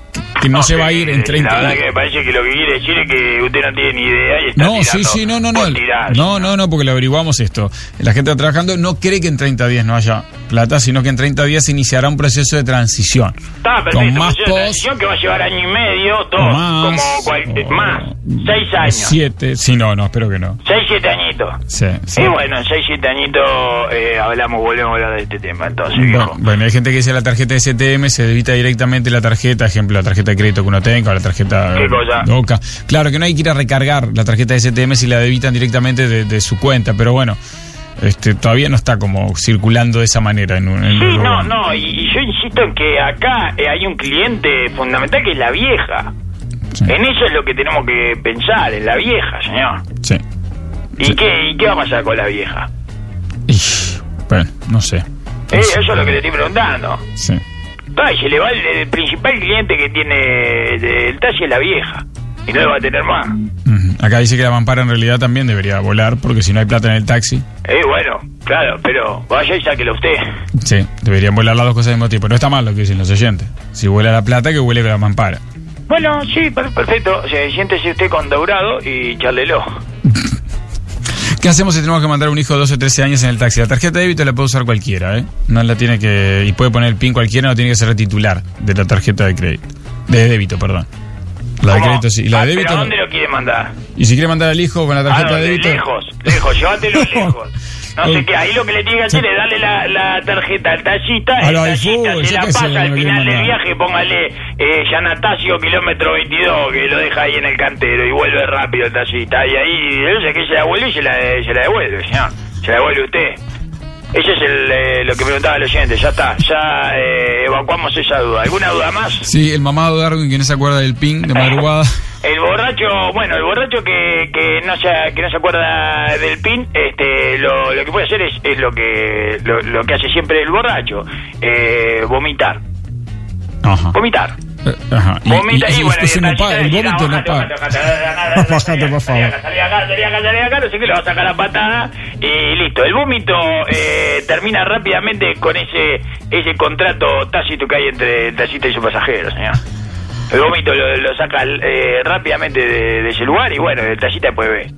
A: que no, se va a ir en 30
B: Eh, La verdad que me parece que lo que quiere decir es que usted no tiene ni idea y está
A: No,
B: tirando
A: sí, sí, no, no, no.
B: por tirar.
A: No, no, no, porque lo averiguamos esto. La gente está trabajando, no cree que en 30 días no haya plata, sino que en 30 días se iniciará un proceso de transición.
B: Está perfecto.
A: con más
B: pero es una
A: post,
B: decisión que va a llevar año y medio, dos,
A: Más. Oh.
B: como cual- eh, más, seis años,
A: siete. Sí, no, no, espero que no.
B: seis, siete añitos.
A: Sí, sí.
B: Y bueno, en seis, siete añitos eh, hablamos, volvemos a hablar de este tema, entonces, viejo.
A: Bueno, bueno, hay gente que dice la tarjeta de STM se debita directamente la tarjeta, ejemplo, la tarjeta de crédito que uno tenga, o la tarjeta
B: ¿Qué cosa?
A: de Oca. Claro que no hay que ir a recargar la tarjeta de STM si la debitan directamente de, de su cuenta, pero bueno, este, todavía no está como circulando de esa manera en un. en
B: Sí,
A: un
B: no,
A: lugar.
B: no, y, y yo insisto en que acá eh, hay un cliente fundamental que es la vieja.
A: Sí,
B: En eso es lo que tenemos que pensar, en la vieja, señor.
A: sí.
B: ¿Y, qué, y qué va a pasar con la vieja?
A: Ish, bueno, no sé.
B: Eh, eso es lo que le estoy preguntando.
A: Sí.
B: Ah, y se le va el, el principal cliente que tiene el, el taxi es la vieja. Y no le va a tener más.
A: Ujú. Acá dice que la mampara en realidad también debería volar, porque si no hay plata en el taxi,
B: Eh, bueno, claro, pero vaya y sáquelo usted.
A: sí, deberían volar las dos cosas al mismo tiempo. No está mal lo que dicen los oyentes. Si vuela la plata, que huele con la mampara.
B: Bueno, sí, per- perfecto. O sea, siéntese usted con Dourado y charlelo.
A: ¿Qué hacemos si tenemos que mandar a un hijo de 12 o 13 años en el taxi? La tarjeta de débito la puede usar cualquiera, ¿eh? No la tiene que. Y puede poner el PIN cualquiera, no tiene que ser el titular de la tarjeta de crédito. De débito, perdón. La de
B: ¿Cómo?
A: crédito sí. Y la
B: Ah,
A: de débito.
B: ¿Pero a
A: no.
B: dónde lo quiere mandar?
A: Y si quiere mandar al hijo con la
B: Ah,
A: tarjeta
B: no,
A: de
B: de
A: débito.
B: lejos,
A: *laughs*
B: lejos, llévatelo lejos. No sé qué, ahí lo que le tiene que hacer es darle la, la tarjeta al tallista,
A: A
B: el
A: lo del
B: tallista
A: fútbol,
B: se
A: yo
B: la
A: qué sé,
B: pasa
A: lo
B: al
A: que
B: final del
A: mandaba.
B: viaje, póngale eh, Yanatacio, kilómetro 22, que lo deja ahí en el cantero y vuelve rápido el tallista. Y ahí, yo sé que se la vuelve y se la, se la devuelve, señor. Se la devuelve usted. Ese es el, eh, lo que preguntaba el oyente, ya está, ya eh, evacuamos esa duda. ¿Alguna duda más?
A: Sí, el mamado de Darwin que no se acuerda del PIN de
B: *laughs*
A: madrugada.
B: El borracho, bueno, el borracho que, que no se que no se acuerda del pin, este, lo, lo que puede hacer es, es lo que lo, lo que hace siempre el borracho, eh, vomitar,
A: Ajá.
B: vomitar.
A: Eh, Ajá. Y,
B: Vomita
A: y- y
B: bueno,
A: eso
B: el
A: no
B: taxista
A: paga, el
B: dice,
A: vómito no
B: bajate,
A: paga.
B: bajate, bajate, bajate,
A: Bajate, por
B: salí acá,
A: favor.
B: salí acá, salí acá, salí acá, no sé qué, le va a sacar la patada y listo. El vómito eh, termina rápidamente con ese ese contrato tácito que hay entre el taxista y su pasajero, señor. El vómito lo, lo saca eh, rápidamente de, de ese lugar y bueno, el taxista después ve.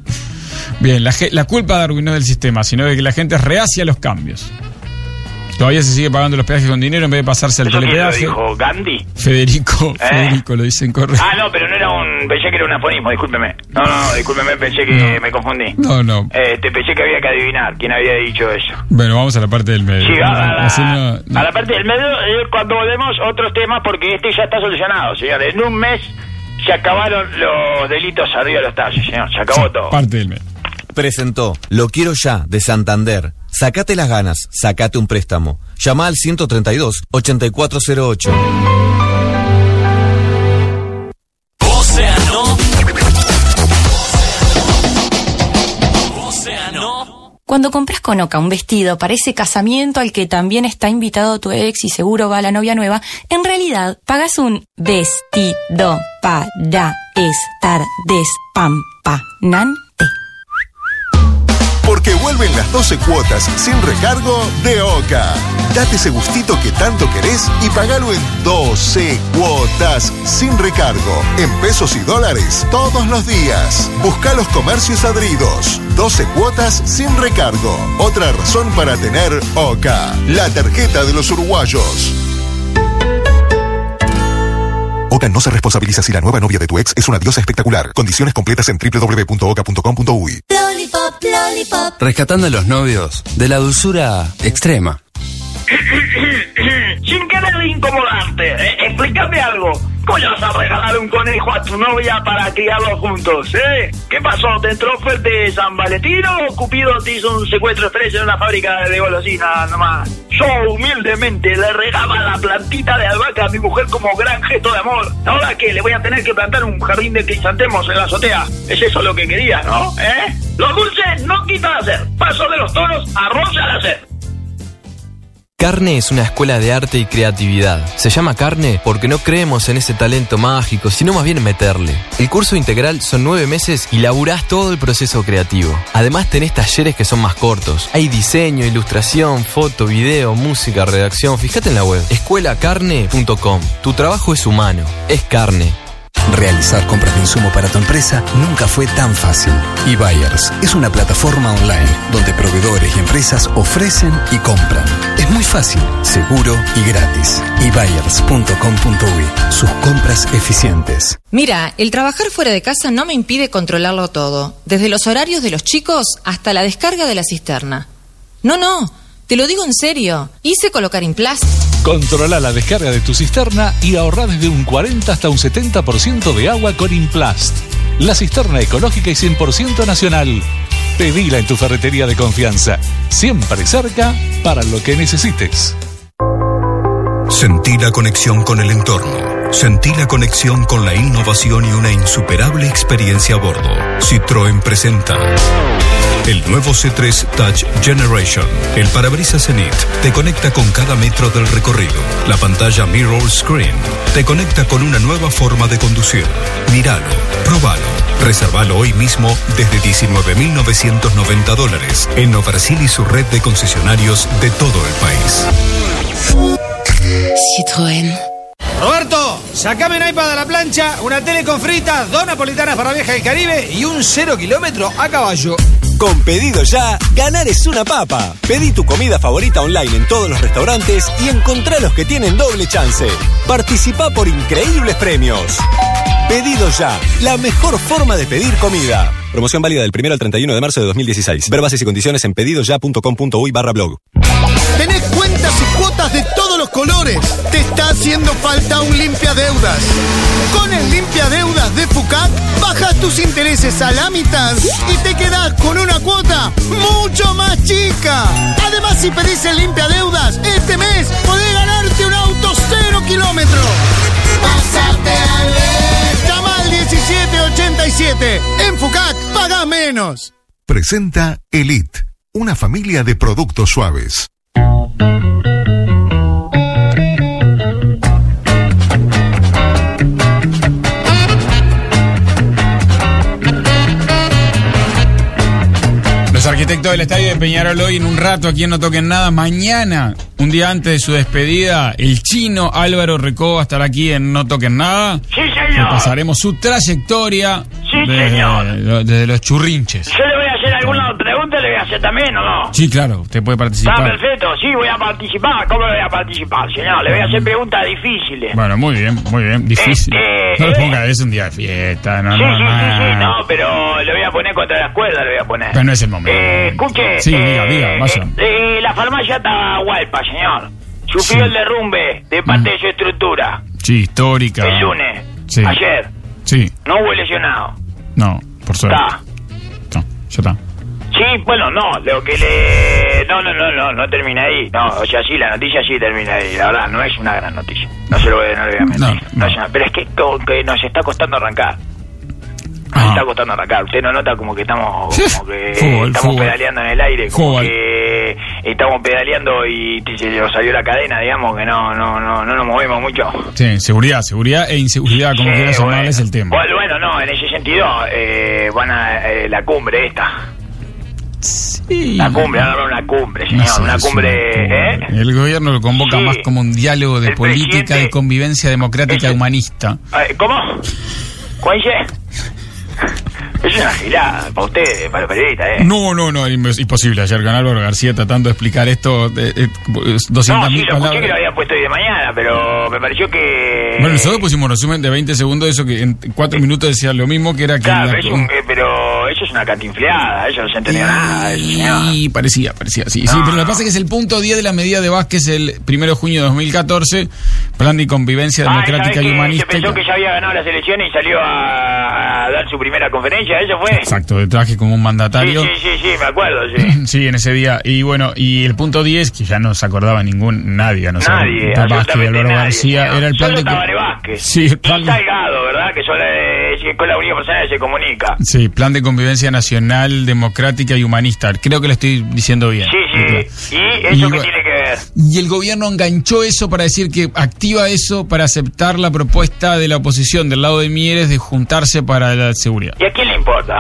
A: Bien, la, ge- la culpa de Darwin no es del sistema, sino de que la gente es reacia a los cambios. Todavía se sigue pagando los peajes con dinero en vez de pasarse al
B: ¿Eso quién lo
A: telepeaje.
B: dijo? ¿Gandhi?
A: Federico, Federico, lo dicen correcto.
B: Ah, no, pero no era un... Pensé que era un aforismo, discúlpeme. No, no, discúlpeme, pensé que
A: No.
B: me confundí.
A: No, no.
B: Este, pensé que había que adivinar quién había dicho eso.
A: Bueno, vamos a la parte del medio.
B: Sí, a, a la,
A: Así no- no.
B: a la parte del medio, eh, cuando volvemos, otros temas, porque este ya está solucionado, señores. En un mes se acabaron los delitos arriba de los tallos, señor. Se acabó todo.
A: Parte del medio.
C: Presentó Lo Quiero Ya de Santander. Sacate las ganas, sacate un préstamo. Llama al 132-8408.
D: Cuando compras con Oca un vestido para ese casamiento al que también está invitado tu ex y seguro va la novia nueva, en realidad pagas un vestido para estar despampanante.
E: Porque vuelven las 12 cuotas sin recargo de OCA. Date ese gustito que tanto querés y pagalo en 12 cuotas sin recargo. En pesos y dólares todos los días. Busca los comercios adridos. 12 cuotas sin recargo. Otra razón para tener OCA. La tarjeta de los uruguayos. OCA no se responsabiliza si la nueva novia de tu ex es una diosa espectacular. Condiciones completas en www.oca.com.uy.
F: Lollipop, lollipop.
G: Rescatando a los novios de la dulzura extrema.
B: Sin querer incomodarte, eh, explícame algo. ¿Cómo le vas a regalar un conejo a tu novia para criarlo juntos, eh? ¿Qué pasó? ¿Te entró de San Valentino o Cupido te hizo un secuestro express en una fábrica de golosinas nomás? Yo humildemente le regaba la plantita de albahaca a mi mujer como gran gesto de amor. ¿Ahora qué? ¿Le voy a tener que plantar un jardín de crisantemos en la azotea? ¿Es eso lo que querías, no? ¿Eh? Los dulces no quitan hacer. Paso de los toros, arroz al hacer.
H: Carne es una escuela de arte y creatividad. Se llama Carne porque no creemos en ese talento mágico, sino más bien meterle. El curso integral son nueve meses y laburás todo el proceso creativo. Además tenés talleres que son más cortos. Hay diseño, ilustración, foto, video, música, redacción. Fíjate en la web. Escuelacarne.com. Tu trabajo es humano. Es carne.
I: Realizar compras de insumo para tu empresa nunca fue tan fácil. eBuyers es una plataforma online donde proveedores y empresas ofrecen y compran. Es muy fácil, seguro y gratis. eBuyers.com.uy Sus compras eficientes.
J: Mira, el trabajar fuera de casa no me impide controlarlo todo, desde los horarios de los chicos hasta la descarga de la cisterna. No, no, te lo digo en serio, hice colocar Implas.
K: Controla la descarga de tu cisterna y ahorra desde un 40 hasta un 70% de agua con Implast. La cisterna ecológica y 100% nacional. Pedila en tu ferretería de confianza. Siempre cerca para lo que necesites.
L: Sentí la conexión con el entorno. Sentí la conexión con la innovación y una insuperable experiencia a bordo. Citroën presenta el nuevo C3 Touch Generation. El parabrisas Zenith te conecta con cada metro del recorrido. La pantalla Mirror Screen te conecta con una nueva forma de conducir. Míralo, probalo, reservalo hoy mismo desde 19.990 dólares en Brasil y su red de concesionarios de todo el país.
M: Citroën.
N: Roberto, sacame un iPad a la plancha, una tele con fritas, dos napolitanas para vieja del Caribe y un cero kilómetro a caballo.
O: Con pedido ya, ganar es una papa. Pedí tu comida favorita online en todos los restaurantes y encontrá los que tienen doble chance. Participá por increíbles premios. Pedido ya, la mejor forma de pedir comida.
P: Promoción válida del 1 al 31 de marzo de 2016. Ver bases y condiciones en pedidoya.com.uy barra blog.
Q: Tenés cuentas y cuotas de todos los colores. Te está haciendo falta un limpia deudas. Con el limpia deudas de Fucat, bajas tus intereses a la mitad y te quedás con una cuota mucho más chica. Además, si pedís el limpia deudas este mes, podés ganarte un auto cero kilómetro. Pásate al Llama al 1787. En Fucac, paga menos.
E: Presenta Elite, una familia de productos suaves.
A: Los arquitectos del estadio de Peñarol hoy en un rato aquí en No Toquen Nada. Mañana, un día antes de su despedida, el chino Álvaro Recoba estará aquí en No Toquen Nada.
B: Sí,
A: Le
B: señor.
A: pasaremos su trayectoria
B: Sí, señor.
A: desde, lo- desde los churrinches.
B: Yo le voy a hacer alguna pregunta, le voy a hacer también, ¿o no?
A: Sí, claro, usted puede
B: Está
A: participar.
B: perfecto, sí, voy a participar. ¿Cómo voy a participar, señor? Le voy a hacer preguntas difíciles.
A: Bueno, muy bien, muy bien. Difícil.
B: Este,
A: No le
B: eh.
A: ponga, es un día de fiesta, no,
B: Sí,
A: no,
B: sí, sí,
A: no.
B: sí, no, pero le voy a poner contra las cuerdas, le voy a poner.
A: Pero no es el momento.
B: Eh, escuche.
A: Sí,
B: eh,
A: diga, diga, vaya.
B: eh, eh, la farmacia está gualpa, señor. Sufrió
A: Sí.
B: el derrumbe de parte de su estructura
A: Sí, histórica.
B: el lunes,
A: Sí.
B: ayer.
A: Sí,
B: No hubo lesionado.
A: no, por suerte.
B: Está.
A: No, ya está.
B: Sí, bueno, no, lo que le... No, no, no, no, no termina ahí. No, o sea, sí, la noticia sí termina ahí. La verdad, no es una gran noticia. No se lo voy, a- no le voy a mentir.
A: No, no.
B: es una- Pero es que, co- que nos está costando arrancar. Nos
A: Ah.
B: está costando arrancar. Usted no nota como que estamos, como que
A: Fútbol,
B: estamos
A: fútbol.
B: pedaleando en el aire. Como
A: Fútbol.
B: que estamos pedaleando y t- se nos salió la cadena, digamos, que no, no, no, no nos movemos mucho.
A: Sí, seguridad, seguridad e inseguridad, como
B: Sí,
A: quieras
B: bueno.
A: llamarle, es el tema.
B: Bueno, bueno, no, en ese sentido, eh, van a eh, la cumbre esta.
A: Sí.
B: La cumbre, ahora una cumbre,
A: No
B: señor,
A: sé,
B: Eh, una
A: es una
B: cumbre, ¿eh?
A: cumbre. El gobierno lo convoca
B: Sí.
A: más como un diálogo de
B: El
A: política, de
B: presidente-
A: convivencia democrática
B: Ese-
A: humanista.
B: Ay, ¿Cómo? ¿Cuál es? Es una gilada para ustedes, para los periodistas, ¿eh?
A: No, no, no, es imposible. Ayer con Álvaro García tratando de explicar esto, eh, eh, 200.000
B: No, sí, lo escuché que lo
A: palabras.
B: había eh, puesto hoy de mañana, pero me pareció que...
A: Bueno, nosotros pusimos un resumen de 20 segundos de eso que en 4 minutos decía lo mismo que era que...
B: eh, Claro,
A: la-
B: pero, es un- eh, pero eso es una cantinfleada, eso no se entendió nada. eso, señor. Ah,
A: Y parecía, parecía, sí. Sí,
B: No.
A: pero lo que pasa es que es el punto 10 de la medida de Vázquez el 1 de junio de 2014, plan de convivencia
B: Ah, ¿y
A: democrática
B: sabés
A: y
B: que se
A: humanista.
B: pensó que ya había ganado las elecciones y salió a, a dar su primera conferencia, ¿eso fue?
A: Exacto, de traje como un
B: Sí,
A: mandatario.
B: sí, sí, sí, me acuerdo, sí.
A: Sí, en ese día. Y bueno, y el punto 10, que ya no se acordaba ningún, nadie, a no ser Vázquez
B: Nadie,
A: y
B: absolutamente
A: Álvaro
B: nadie.
A: García,
B: señor.
A: era el plan
B: Solo
A: de...
B: Tabaré Vázquez.
A: Sí, el plan
B: Y
A: de-
B: Salgado, ¿verdad? Que son, eh, que con la Unión Personal se comunica.
A: Sí, plan de convivencia nacional, democrática y humanista. Creo que lo estoy diciendo bien.
B: Sí, sí. ¿Y eso qué
A: bueno,
B: tiene que ver? ser.
A: Y el gobierno enganchó eso para decir que activa eso para aceptar la propuesta de la oposición del lado de Mieres de juntarse para la seguridad.
B: ¿Y a quién le importa?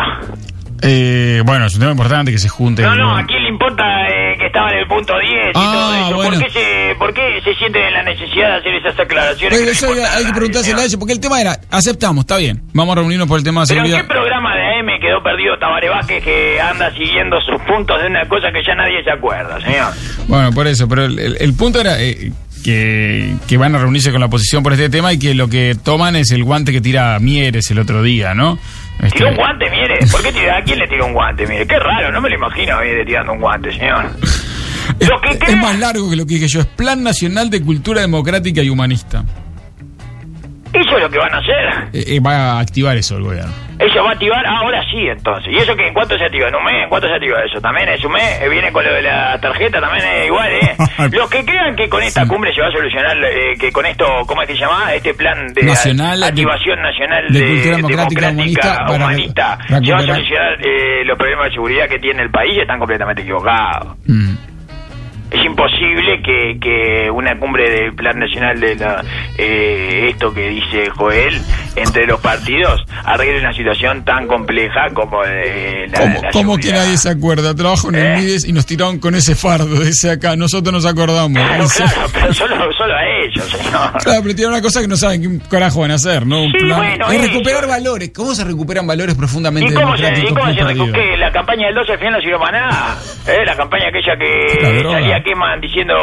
A: Eh, bueno, es un tema importante que se junte.
B: No, no,
A: bueno.
B: ¿a quién le importa eh, que estaba en el punto 10 y
A: Ah,
B: todo eso?
A: bueno.
B: ¿Por, qué se, ¿Por qué se sienten en la necesidad de hacer esas aclaraciones?
A: Oye,
B: que no
A: eso hay,
B: importan a
A: hay que
B: nadie,
A: preguntárselo
B: ¿no?
A: a ellos, porque el tema era, aceptamos, está bien, vamos a reunirnos por el tema de
B: ¿Pero en
A: seguridad.
B: qué programa de AM quedó perdido Tabaré Vázquez que anda siguiendo sus puntos de una cosa que ya nadie se acuerda, señor?
A: Bueno, por eso, pero el, el- el punto era eh, que, que van a reunirse con la oposición por este tema y que lo que toman es el guante que tira Mieres el otro día, ¿no? Este,
B: Tiró un guante, mire. ¿Por qué tira- ¿A quién le tiró un guante? Mire, qué raro, no me lo imagino a Mieres tirando un guante, señor. Lo que
A: *laughs* es más largo que lo que dije yo, es Plan Nacional de Cultura Democrática y Humanista.
B: Eso es lo que van a hacer.
A: Eh, eh, va a activar eso el gobierno.
B: Eso va a activar ahora sí, entonces. ¿Y eso que en cuánto se activa? ¿En un mes? ¿En cuánto se activa eso? También es un mes. Eh, Viene con lo de la tarjeta, también es igual,
A: *laughs*
B: ¿eh? Los que crean que con esta cumbre se va a solucionar, eh, que con esto, ¿cómo es que se llama? Este plan de
A: Nacional,
B: a- activación nacional
A: de
B: de,
A: cultura democrática, humanista, para
B: humanista,
A: recu-
B: se va a
A: recuperar.
B: solucionar eh, los problemas de seguridad que tiene el país, están completamente equivocados.
A: Mm.
B: Es imposible que, que una cumbre del Plan Nacional de la, eh, esto que dice Joel entre los partidos arregle una situación tan compleja como eh, la, la ¿Eh?
A: ¿Cómo que nadie se acuerda? Trabajo en el Mides y nos tiraron con ese fardo, dice acá, nosotros nos acordamos.
B: Claro,
A: Dice-
B: claro, pero solo, solo a ellos, señor.
A: Claro, pero tiene una cosa que no saben qué carajo van a hacer, ¿no? Un
B: Sí,
A: plan-
B: bueno,
A: es
B: eso.
A: recuperar valores. ¿Cómo se recuperan valores profundamente
B: ¿Y cómo se,
A: democráticos?
B: y cómo
A: que
B: se
A: hemos perdido?
B: recuque? La campaña del 12 al final no sirvió para nada. ¿Eh? La campaña aquella
A: La
B: que
A: droga.
B: salía queman diciendo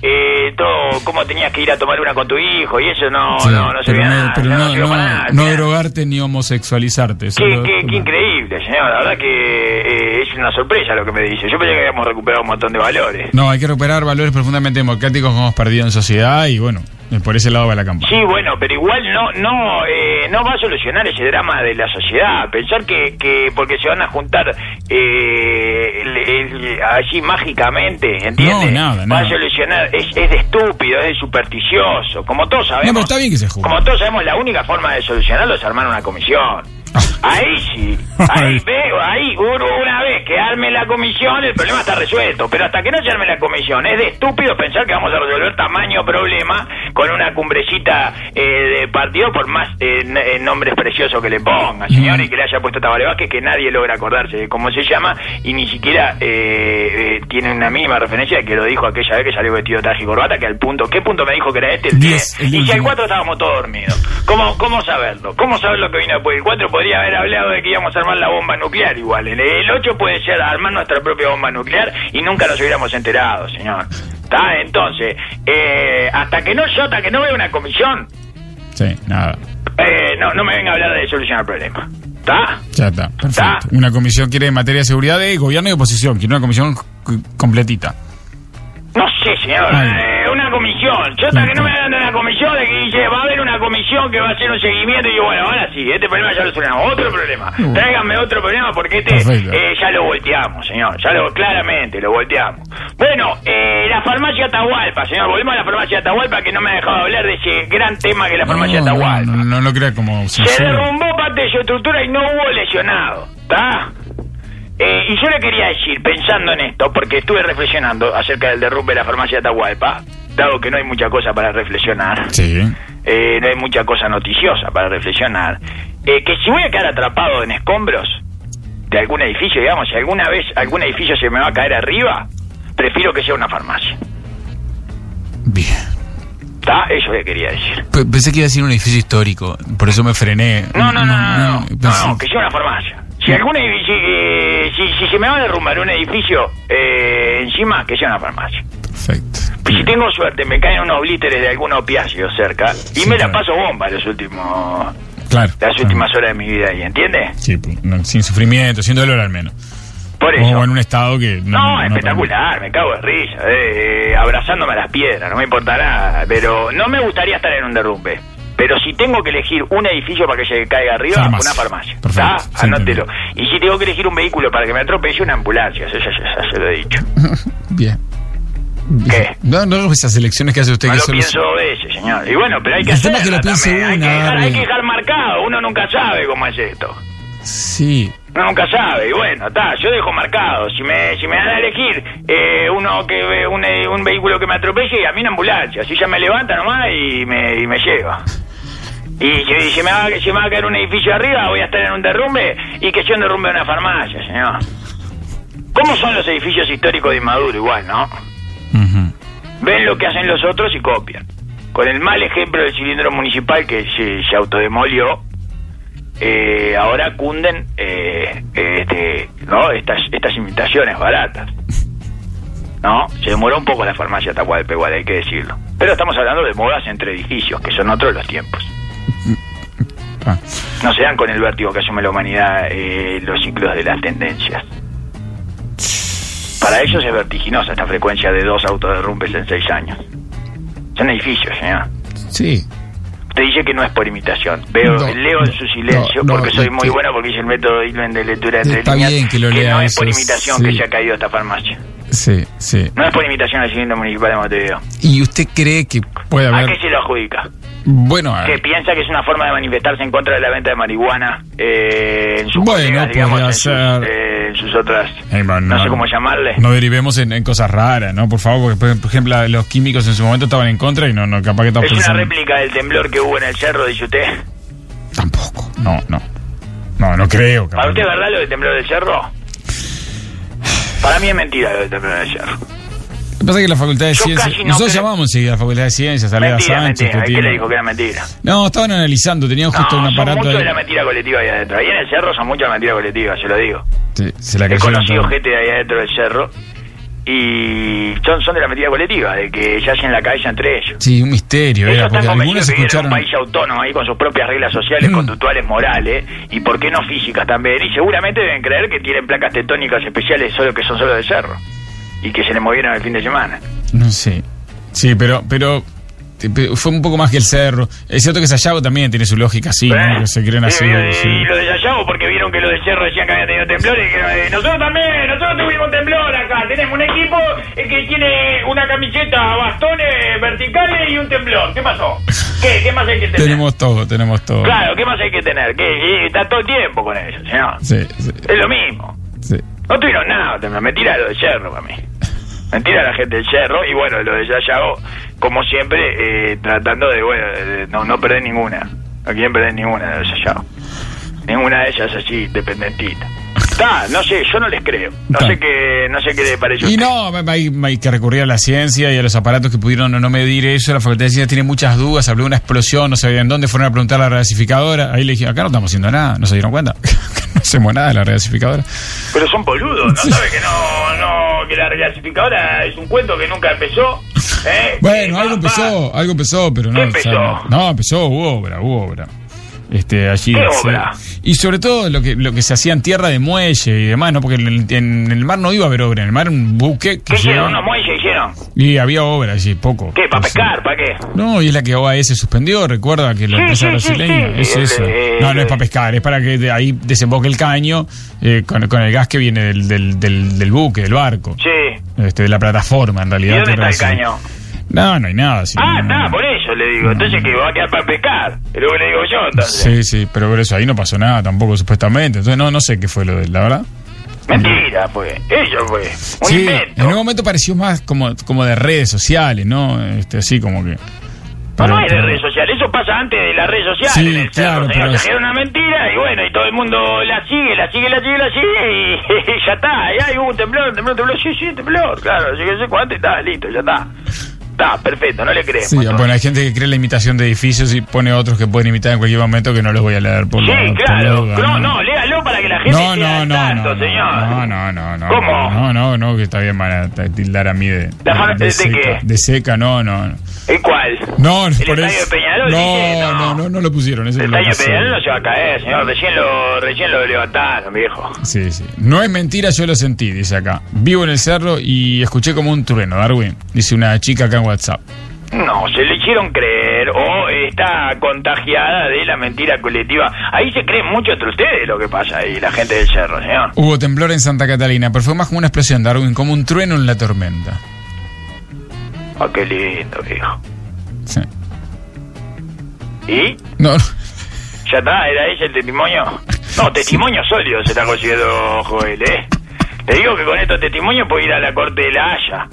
B: eh, todo cómo tenías que ir a tomar una con tu hijo y eso no,
A: Sí,
B: no, no
A: pero
B: sirvió nada.
A: pero
B: no,
A: no,
B: sirvió
A: no-
B: para nada.
A: no drogarte ni homosexualizarte.
B: Qué,
A: solo-
B: qué- qué increíble, señor. La verdad que eh, es una sorpresa lo que me dice. Yo pensé que habíamos recuperado un montón de valores.
A: No, hay que recuperar valores profundamente democráticos que hemos perdido en sociedad y bueno, eh, por ese lado va la campaña.
B: Sí, bueno, pero igual no no eh, no va a solucionar ese drama de la sociedad. Pensar que, que porque se van a juntar eh, el- el- allí mágicamente, ¿entiendes?
A: No, nada,
B: Va
A: nada.
B: a solucionar, es, es de estúpido, es de supersticioso. Como todos
A: No,
B: sabemos,
A: pero está bien que se juegue.
B: como todos sabemos, la única forma de solucionarlo es armar una comisión. Ahí sí, ahí veo, ahí Guru, una vez que arme la comisión el problema está resuelto, pero hasta que no se arme la comisión es de estúpido pensar que vamos a resolver tamaño problema con una cumbrecita eh, de partido por más eh, n- eh, nombres preciosos que le ponga, señor, y que le haya puesto Tabaré Vázquez que nadie logra acordarse de cómo se llama y ni siquiera eh, eh, tiene una mínima referencia de que lo dijo aquella vez que salió vestido de traje y corbata, que al punto, ¿qué punto me dijo que era este? El
A: Diez,
B: 10.
A: el
B: y si al
A: último.
B: 4 estábamos todos dormidos. ¿Cómo, ¿Cómo saberlo? ¿Cómo saber lo que vino después? El 4 podría haber hablado de que íbamos a armar la bomba nuclear igual. El, el 8 puede ser armar nuestra propia bomba nuclear y nunca nos hubiéramos enterado, señor. ¿Está? Entonces, eh, hasta que no yo, hasta que no vea una comisión,
A: Sí, nada.
B: eh, no, no me venga a hablar de solucionar el problema. ¿Está?
A: Ya está, perfecto. Una comisión quiere en materia de seguridad de gobierno y oposición. Quiere una comisión c- completita.
B: No sé, señor. Eh, una comisión. Yo hasta que no me hagan de una comisión, de que dice, va a haber una comisión que va a hacer un seguimiento. Y yo, bueno, ahora sí, este problema ya lo solucionamos. Otro problema.
A: Bueno.
B: Tráiganme otro problema porque este
A: Uh. Perfecto.
B: eh, ya lo volteamos, señor. Ya lo, claramente, lo volteamos. Bueno, eh, la farmacia Atahualpa, señor. Volvemos a la farmacia Atahualpa que no me ha dejado hablar de ese gran tema que es la farmacia
A: no,
B: Atahualpa.
A: no, no, no lo crea como
B: Se
A: sincero.
B: derrumbó parte de su estructura y no hubo lesionado. ¿Está? Eh, y yo le quería decir, pensando en esto, porque estuve reflexionando acerca del derrumbe de la farmacia Atahualpa, dado que no hay mucha cosa para reflexionar,
A: Sí.
B: eh, no hay mucha cosa noticiosa para reflexionar, eh, que si voy a quedar atrapado en escombros de algún edificio, digamos, si alguna vez algún edificio se me va a caer arriba, prefiero que sea una farmacia.
A: Bien.
B: ¿Está? Eso le quería decir.
A: Pe- pensé que iba a decir un edificio histórico, por eso me frené.
B: No, no, no, no, no, no,
A: pensé-
B: no, que sea una farmacia. Si algún edificio, eh, si, si se me va a derrumbar un edificio eh, encima, que sea una farmacia. Pues
A: Perfecto.
B: Si tengo suerte, me caen unos blíteres de algún opiáceo cerca y me la paso bomba los últimos,
A: Claro.
B: las últimas horas de mi vida ahí, ¿entiendes?
A: Sí, pues, no, sin sufrimiento, sin dolor al menos.
B: Por eso.
A: O en un estado que.
B: No, espectacular, me cago de risa, eh, eh, abrazándome a las piedras, no me importa nada, pero no me gustaría estar en un derrumbe. Pero si tengo que elegir un edificio para que se caiga arriba,
A: Farmacia.
B: una farmacia.
A: Perfecto,
B: ¿Está?
A: sí,
B: Anótelo. Y si tengo que elegir un vehículo para que me atropelle, una ambulancia. Eso ya, ya- ya se lo he dicho.
A: *laughs* Bien. ¿Qué? No, no esas elecciones que hace usted
B: No
A: que
B: lo
A: solo-
B: pienso dos veces, señor. Y bueno, pero hay que
A: El tema es
B: hacerla
A: que lo piense
B: también, hay,
A: una,
B: que dejar, hay
A: Darwin.
B: que dejar marcado. Uno nunca sabe cómo es esto.
A: Sí.
B: Uno nunca sabe, y bueno, está, yo dejo marcado. Si me, si me dan a elegir eh, uno que ve- un, eh, un vehículo que me atropelle, a mí una ambulancia. Así ya me levanta nomás y me, y me lleva. Y si si me, va, si me va a caer un edificio arriba, voy a estar en un derrumbe y que yo en derrumbe una farmacia, señor. ¿Cómo son los edificios históricos de Inmaduro? Igual, ¿no? Ven lo que hacen los otros y copian. Con el mal ejemplo del cilindro municipal que se, se autodemolió, eh, ahora cunden eh, este, ¿no? estas, estas imitaciones baratas. ¿No? Se demoró un poco la farmacia Tacuadepec, igual, hay que decirlo. Pero estamos hablando de modas entre edificios, que son otros los tiempos. No se dan con el vértigo que asume la humanidad eh, los ciclos de las tendencias. Para ellos es vertiginosa esta frecuencia de dos autoderrumbes en seis años. Son edificios, señor.
A: Sí.
B: Te dice que no es por imitación. Veo,
A: No,
B: leo en su silencio
A: no,
B: porque soy
A: este-
B: muy bueno, porque hice el método de Hilben de lectura entre
A: Está
B: líneas,
A: bien que lo lea
B: no es por
A: eso,
B: imitación
A: sí.
B: que se ha caído esta farmacia.
A: Sí, sí.
B: No es por imitación al cilindro municipal de Montevideo.
A: ¿Y usted cree que puede
B: ¿A
A: haber...
B: qué se lo adjudica?
A: Bueno, eh, a-
B: Ah, Que piensa que es una forma de manifestarse en contra de la venta de marihuana eh, en sus
A: Bueno,
B: colegas, digamos,
A: podría
B: en sus,
A: ser.
B: eh, en sus otras...
A: Eh, bueno,
B: no sé cómo llamarle.
A: No derivemos en, en cosas raras, ¿no? Por favor, porque por ejemplo los químicos en su momento estaban en contra y no, no capaz que estamos
B: Es una
A: pensando...
B: réplica del temblor que hubo en el cerro, dice usted.
A: No, no. No, no creo.
B: ¿Para usted es verdad lo del temblor del cerro? Para mí es mentira lo del temblor del cerro.
A: Lo que pasa es que la Facultad de Ciencias...
B: casi no
A: Nosotros
B: creo-
A: llamamos enseguida a la Facultad de Ciencias, a Lea
B: Mentira,
A: Sánchez.
B: mentira.
A: que
B: ¿Quién le
A: tiene-
B: dijo que era mentira?
A: No, estaban analizando, tenían justo un
B: Ah, No, son
A: aparato...
B: mucho
A: ahí.
B: de la mentira colectiva ahí adentro. Ahí en el cerro son mucho de la mentira colectiva, se lo digo.
A: Sí, se la
B: He
A: creyeron
B: conocido
A: todos.
B: gente de ahí adentro del cerro y son, son de la mentira colectiva, de que se hacen la cabeza entre ellos.
A: Sí, un misterio
B: Ellos
A: era,
B: están
A: porque algunos
B: convencidos que vivieron
A: escucharon...
B: en un
A: Mm.
B: país autónomo ahí con sus propias reglas sociales, conductuales, morales y por qué no físicas también. Y seguramente deben creer que tienen placas tectónicas especiales solo que son solo de cerro y que se le movieron el fin de semana.
A: No sé. Sí, pero, pero te- pe- fue un poco más que el cerro. Es cierto que Sayago también tiene su lógica así, ¿no? Que se creen así. sí.
B: eh, Y ¿Eh? lo de Sayago porque vieron que lo de Cerro decían que había tenido temblores y dijeron, eh, nosotros también, nosotros tuvimos temblor acá. Tenemos un equipo eh, que tiene una camiseta, bastones verticales y un temblor. ¿Qué pasó? ¿Qué, qué más hay que tener?
A: Tenemos todo, tenemos todo.
B: Claro, ¿qué más hay que tener? Que está todo el tiempo con eso, señor.
A: Sí, sí,
B: Es lo mismo.
A: sí.
B: No tuvieron nada, temblor. mentira lo de Cerro para mí. Mentira la gente del Cerro y bueno, lo de Sayago, como siempre, eh, tratando de, bueno, de no, no perder ninguna. No quieren perder ninguna de los Sayago. Ninguna de ellas así, dependentita. Está, no sé, yo no les creo. No
A: Ta.
B: sé qué, no sé qué les parece a
A: Y
B: usted.
A: no, hay, hay que recurrir a la ciencia y a los aparatos que pudieron no, no medir eso. La Facultad de Ciencias tiene muchas dudas. Habló de una explosión, no sabían dónde. Fueron a preguntar a la regasificadora. Ahí le dijeron, acá no estamos haciendo nada. No se dieron cuenta. *laughs* no hacemos nada de la regasificadora.
B: Pero son boludos, ¿no? ¿Sabe que no, no, que la reclasificadora es un cuento que nunca empezó? ¿Eh?
A: Bueno, algo empezó, algo empezó, pero no.
B: ¿Qué
A: o sea,
B: empezó?
A: no, no, empezó, hubo obra, hubo obra. Este, allí
B: ¿Qué
A: se-
B: obra?
A: Y sobre todo lo que, lo que se hacía en tierra de muelle y demás, ¿no? Porque en el, en el mar no iba a haber obra, en el mar un buque que
B: ¿Qué hicieron?
A: llegaba-
B: ¿Unos muelles hicieron?
A: Y había obra allí, poco.
B: ¿Qué? ¿Para
A: Entonces-
B: pescar? ¿Para qué?
A: No, y es la que OAS suspendió, recuerda que la
B: Sí,
A: empresa
B: sí, sí,
A: brasileña.
B: sí.
A: Es
B: El- eh,
A: eso.
B: el-
A: no, no es para pescar, es para que de ahí desemboque el caño eh, con, con el gas que viene del, del, del- del buque, del barco.
B: Sí.
A: Este, de la plataforma, en
B: ¿Y
A: realidad.
B: dónde está el
A: Brasil.
B: caño?
A: No, no hay nada. sí,
B: Ah,
A: no,
B: está,
A: no.
B: por eso le digo. Entonces que va a quedar para pescar. Es lo que le digo yo,
A: Sí,
B: entonces.
A: sí, pero por eso ahí no pasó nada tampoco, supuestamente. Entonces no, no sé qué fue lo de la verdad.
B: Mentira, pues. Ellos, pues. Un
A: sí,
B: invento.
A: en un momento pareció más como, como de redes sociales, ¿no? Este, así como que.
B: No, no
A: Pero-
B: es de redes sociales. Eso pasa antes de las redes sociales.
A: Sí,
B: en el
A: claro,
B: cerro,
A: pero
B: señor.
A: es-
B: Se genera una mentira y bueno, y todo el mundo la sigue, la sigue, la sigue, la sigue y, *laughs* ya está. Y hay un temblor, temblor, temblor. Sí, sí, temblor. Claro, yo qué sé cuánto y está, listo, ya está. Está, perfecto, no le pues, creemos.
A: Sí, bueno, hay gente que cree la imitación de edificios y pone otros que pueden imitar en cualquier momento que no los voy a leer por
B: Sí,
A: la- por la
B: claro.
A: duda,
B: No, no, léalo para que la gente
A: No,
B: esté
A: no,
B: al
A: no,
B: tanto,
A: no, no,
B: señor.
A: No, no, no, no.
B: ¿Cómo?
A: No, no, no, que está bien para tildar a mí de,
B: ¿La fama- de
A: seca.
B: qué?
A: De seca, no, no. no.
B: ¿Y cuál?
A: No,
B: ¿El
A: por
B: estadio
A: eso-
B: de Peñarol?
A: no,
B: dije?
A: no, no, no, lo pusieron. Eso
B: El
A: es lo
B: estadio
A: que
B: de Peñarol
A: sé.
B: no se va a caer, señor. Recién lo, recién lo levantaron, viejo.
A: Sí, sí. No es mentira, yo lo sentí, dice acá. Vivo en el cerro y escuché como un trueno, Darwin. Dice una chica acá en WhatsApp.
B: No, se le hicieron creer o está contagiada de la mentira colectiva. Ahí se creen mucho entre ustedes lo que pasa ahí, la gente del cerro, señor.
A: Hubo temblor en Santa Catalina, pero fue más como una explosión, Darwin, como un trueno en la tormenta.
B: Ah, qué lindo, viejo.
A: Sí.
B: ¿Y?
A: No, no.
B: ¿Ya está? ¿Era ese el testimonio? No, testimonio sólido se está consiguiendo Joel, ¿eh? Le digo que con estos testimonios puedo ir a la corte de la Haya.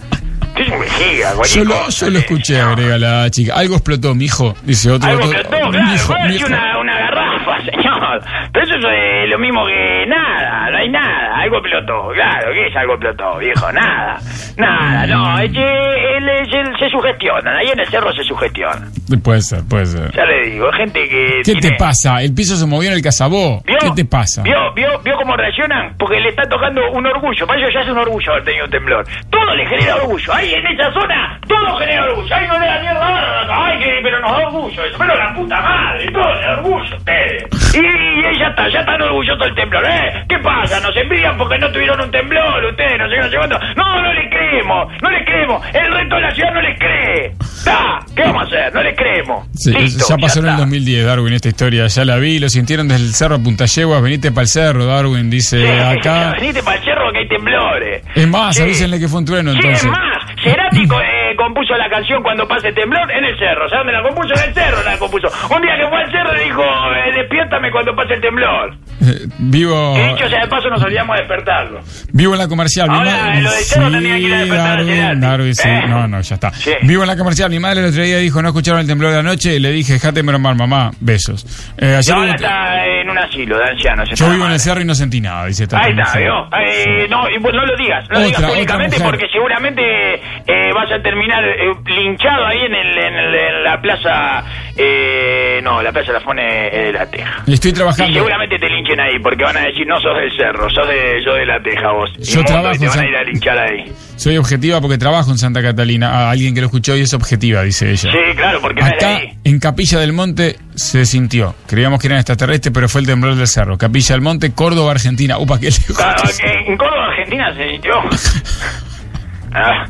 B: Es un vejiga,
A: Yo
B: cualquier
A: lo,
B: cosa,
A: yo lo
B: ¿eh?
A: escuché, agrega la chica. Algo explotó, mi hijo. Dice otro.
B: Algo
A: otro,
B: que todo,
A: "Mi
B: claro,
A: hijo,
B: puede
A: mi
B: decir
A: hijo".
B: una, una garrafa, *laughs* señor. Pero eso es eh, lo mismo que nada, no hay nada. Algo explotó, claro, ¿qué es algo explotó, viejo? Nada, nada, no, es que él, es- él se sugestiona, ahí en el cerro se sugestiona.
A: Puede ser, puede ser.
B: Ya le digo, es gente que.
A: ¿Qué te
B: tiene-
A: pasa? El piso se movió en el cazabó.
B: ¿Vio?
A: ¿Qué te pasa?
B: ¿Vio, vio, vio cómo reaccionan? Porque le está tocando un orgullo. Para ellos ya es un orgullo haber tenido un temblor. Todo le genera orgullo. Ahí en esa zona, todo genera orgullo. Ahí no le da mierda. ahora, Ay, que- pero nos da orgullo eso. Pero la puta madre, todo le da orgullo a ustedes. Y, y ya está, ya están orgullosos del temblor, ¿eh? ¿Qué pasa? Nos envidian porque no tuvieron un temblor. Ustedes no llegan llevando. No, no le creemos, no le creemos. El resto de la ciudad no le cree. ¡Ta! ¿Qué vamos a hacer? No le creemos.
A: Sí,
B: Listo,
A: ya pasó
B: ya
A: en el 2010, Darwin, esta historia. Ya la vi, lo sintieron desde el cerro a Punta Yeguas. Venite para el cerro, Darwin, dice acá.
B: Venite para el cerro que hay temblores.
A: Es más,
B: Sí.
A: avísenle que fue un trueno
B: Sí, es
A: entonces.
B: más, Cerati co- eh, compuso la canción cuando pase el temblor en el cerro. ¿Sabes dónde la compuso? En el cerro la compuso. Un día que fue al cerro le dijo, eh, despiértame cuando pase el temblor.
A: Eh, Vivo,
B: Que dicho sea de paso, nos olvidamos de despertarlo.
A: vivo en la comercial. mi
B: Ahora,
A: madre-
B: en lo de cerro tenía que ir a despertar a
A: Darwin,
B: Cerati.
A: Darwin, sí.
B: Eh.
A: No, no, ya está. Vivo en la comercial. Mi madre el otro día dijo, no escucharon el temblor de la noche. Y le dije, déjate bromar, mamá. Besos. Eh,
B: Y
A: ayer
B: ahora
A: hubo-
B: está en un asilo de ancianos.
A: yo vivo en el cerro y no sentí nada, dice esta
B: Ahí está,
A: mujer.
B: ¿vio? Eh, no, y vos no lo digas, no lo
A: Otra,
B: digas
A: otra
B: públicamente
A: mujer.
B: porque seguramente eh, vas a terminar eh, linchado ahí en, el- en el- en la plaza. Eh, no, la plaza la pone eh, la Teja.
A: Estoy
B: Y
A: trabajando.
B: seguramente te linchen ahí porque van a decir no sos del cerro, sos de, yo de la Teja vos.
A: Yo
B: Inmundo, y
A: trabajo,
B: te van
A: Sam.
B: a ir a linchar ahí.
A: Soy objetiva porque trabajo en Santa Catalina. A alguien que lo escuchó y es objetiva, dice ella.
B: Sí, claro, porque no es de
A: Acá,
B: ahí.
A: en Capilla del Monte, se sintió. Creíamos que eran extraterrestres, pero fue el temblor del cerro. Capilla del Monte, Córdoba, Argentina. Upa, qué lejos.
B: Claro, que Ah, en Córdoba, Argentina se sintió.
A: *laughs*
B: Ah,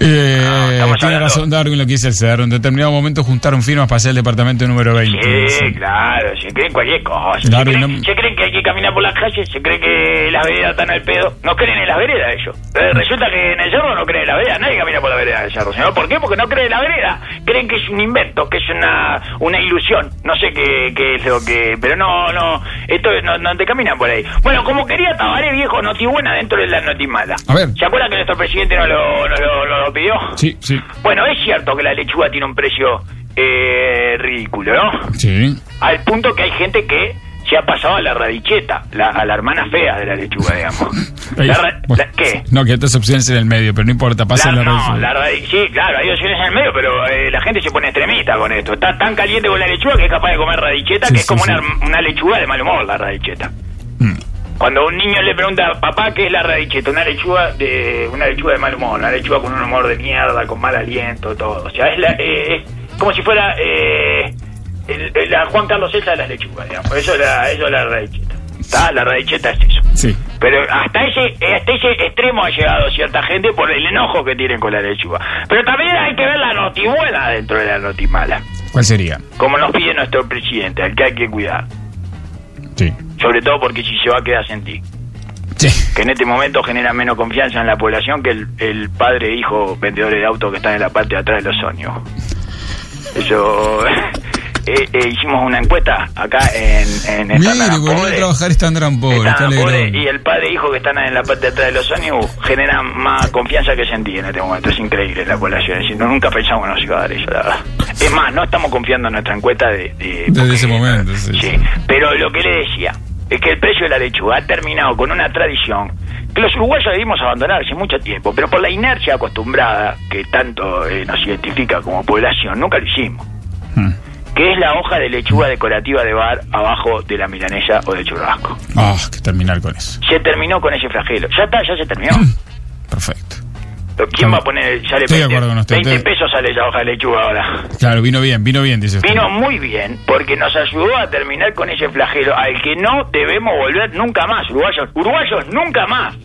A: Eh, tiene
B: hablando-
A: razón Darwin lo que dice el cerro. En determinado momento juntaron firmas para hacer el departamento número 20.
B: sí,
A: dice.
B: claro, se creen cualquier cosa. Se
A: Darwin,
B: creen,
A: no-
B: se creen que hay que caminar por las calles, se creen que las veredas están al pedo. No creen en las veredas ellos. Eh, resulta que en el cerro no creen en las veredas, nadie camina por la vereda del cerro. señor. ¿Por qué? Porque no creen en la vereda. Creen que es un invento, que es una, una ilusión. No sé qué, qué es lo que... Pero no, no, esto no, no te caminan por ahí. Bueno, como quería Tabaré, viejo, notibuena dentro de la notimala.
A: A ver.
B: ¿Se acuerdan que nuestro presidente nos lo, nos lo- nos lo pidió?
A: Sí, sí.
B: Bueno, es cierto que la lechuga tiene un precio eh, ridículo, ¿no?
A: Sí.
B: Al punto que hay gente que se ha pasado a la radicheta, la- a la hermana fea de la lechuga, digamos.
A: *laughs* Ahí.
B: La ra-
A: Bueno,
B: la- ¿Qué?
A: No, que estas opciones en el medio, pero no importa, pasen la,
B: La- no,
A: raíz.
B: la radi- sí, claro, hay opciones en el medio, pero eh, la gente se pone extremista con esto. Está tan caliente con la lechuga que es capaz de comer radicheta,
A: Sí,
B: que es
A: sí,
B: como
A: sí.
B: una, una lechuga de mal humor, la radicheta.
A: Mm.
B: Cuando un niño le pregunta, papá, ¿qué es la radicheta? Una lechuga de una lechuga de mal humor, una lechuga con un humor de mierda, con mal aliento, todo. O sea, es, la, eh, es como si fuera eh, el- el- la Juan Carlos Celsa de las lechugas, digamos. Eso es la, eso es la radicheta. ¿Está? La radicheta es eso.
A: Sí.
B: Pero hasta ese, hasta ese extremo ha llegado cierta gente por el enojo que tienen con la lechuga. Pero también hay que ver la notibuena dentro de la notimala,
A: ¿Cuál sería?
B: como nos pide nuestro presidente, al que hay que cuidar.
A: Sí.
B: Sobre todo porque si se va queda en ti. Que en este momento genera menos confianza en la población que el, el padre e hijo vendedores de autos que están en la parte de atrás de los sonios. Eso. *laughs* eh, eh, hicimos una encuesta acá en, en esta
A: Mire, volvió a trabajar Standard Poor's. está
B: Nada, pobre,
A: alegrón.
B: y el padre e hijo que están en la parte de atrás de los ómnibus generan más confianza que sentí en este momento. Es increíble la población. Es decir, no, nunca pensamos que nos iba a dar eso, la verdad. Es más, no estamos confiando en nuestra encuesta de... de-
A: Desde ese momento, sí.
B: sí. Pero lo que le decía es que el precio de la lechuga ha terminado con una tradición que los uruguayos debimos abandonar hace mucho tiempo, pero por la inercia acostumbrada que tanto eh, nos identifica como población, nunca lo hicimos.
A: Hmm.
B: Que es la hoja de lechuga decorativa de bar abajo de la milanesa o de churrasco
A: Ah, que terminar con eso.
B: se terminó con ese flagelo. Ya está, ya se terminó.
A: Perfecto.
B: ¿Quién va a poner? Sale
A: Mm. Estoy de
B: 20,
A: acuerdo con usted,
B: 20
A: estoy-
B: pesos sale esa hoja de lechuga ahora.
A: Claro, vino bien, vino bien, dice usted.
B: Vino muy bien porque nos ayudó a terminar con ese flagelo al que no debemos volver nunca más, uruguayos. Uruguayos, nunca más.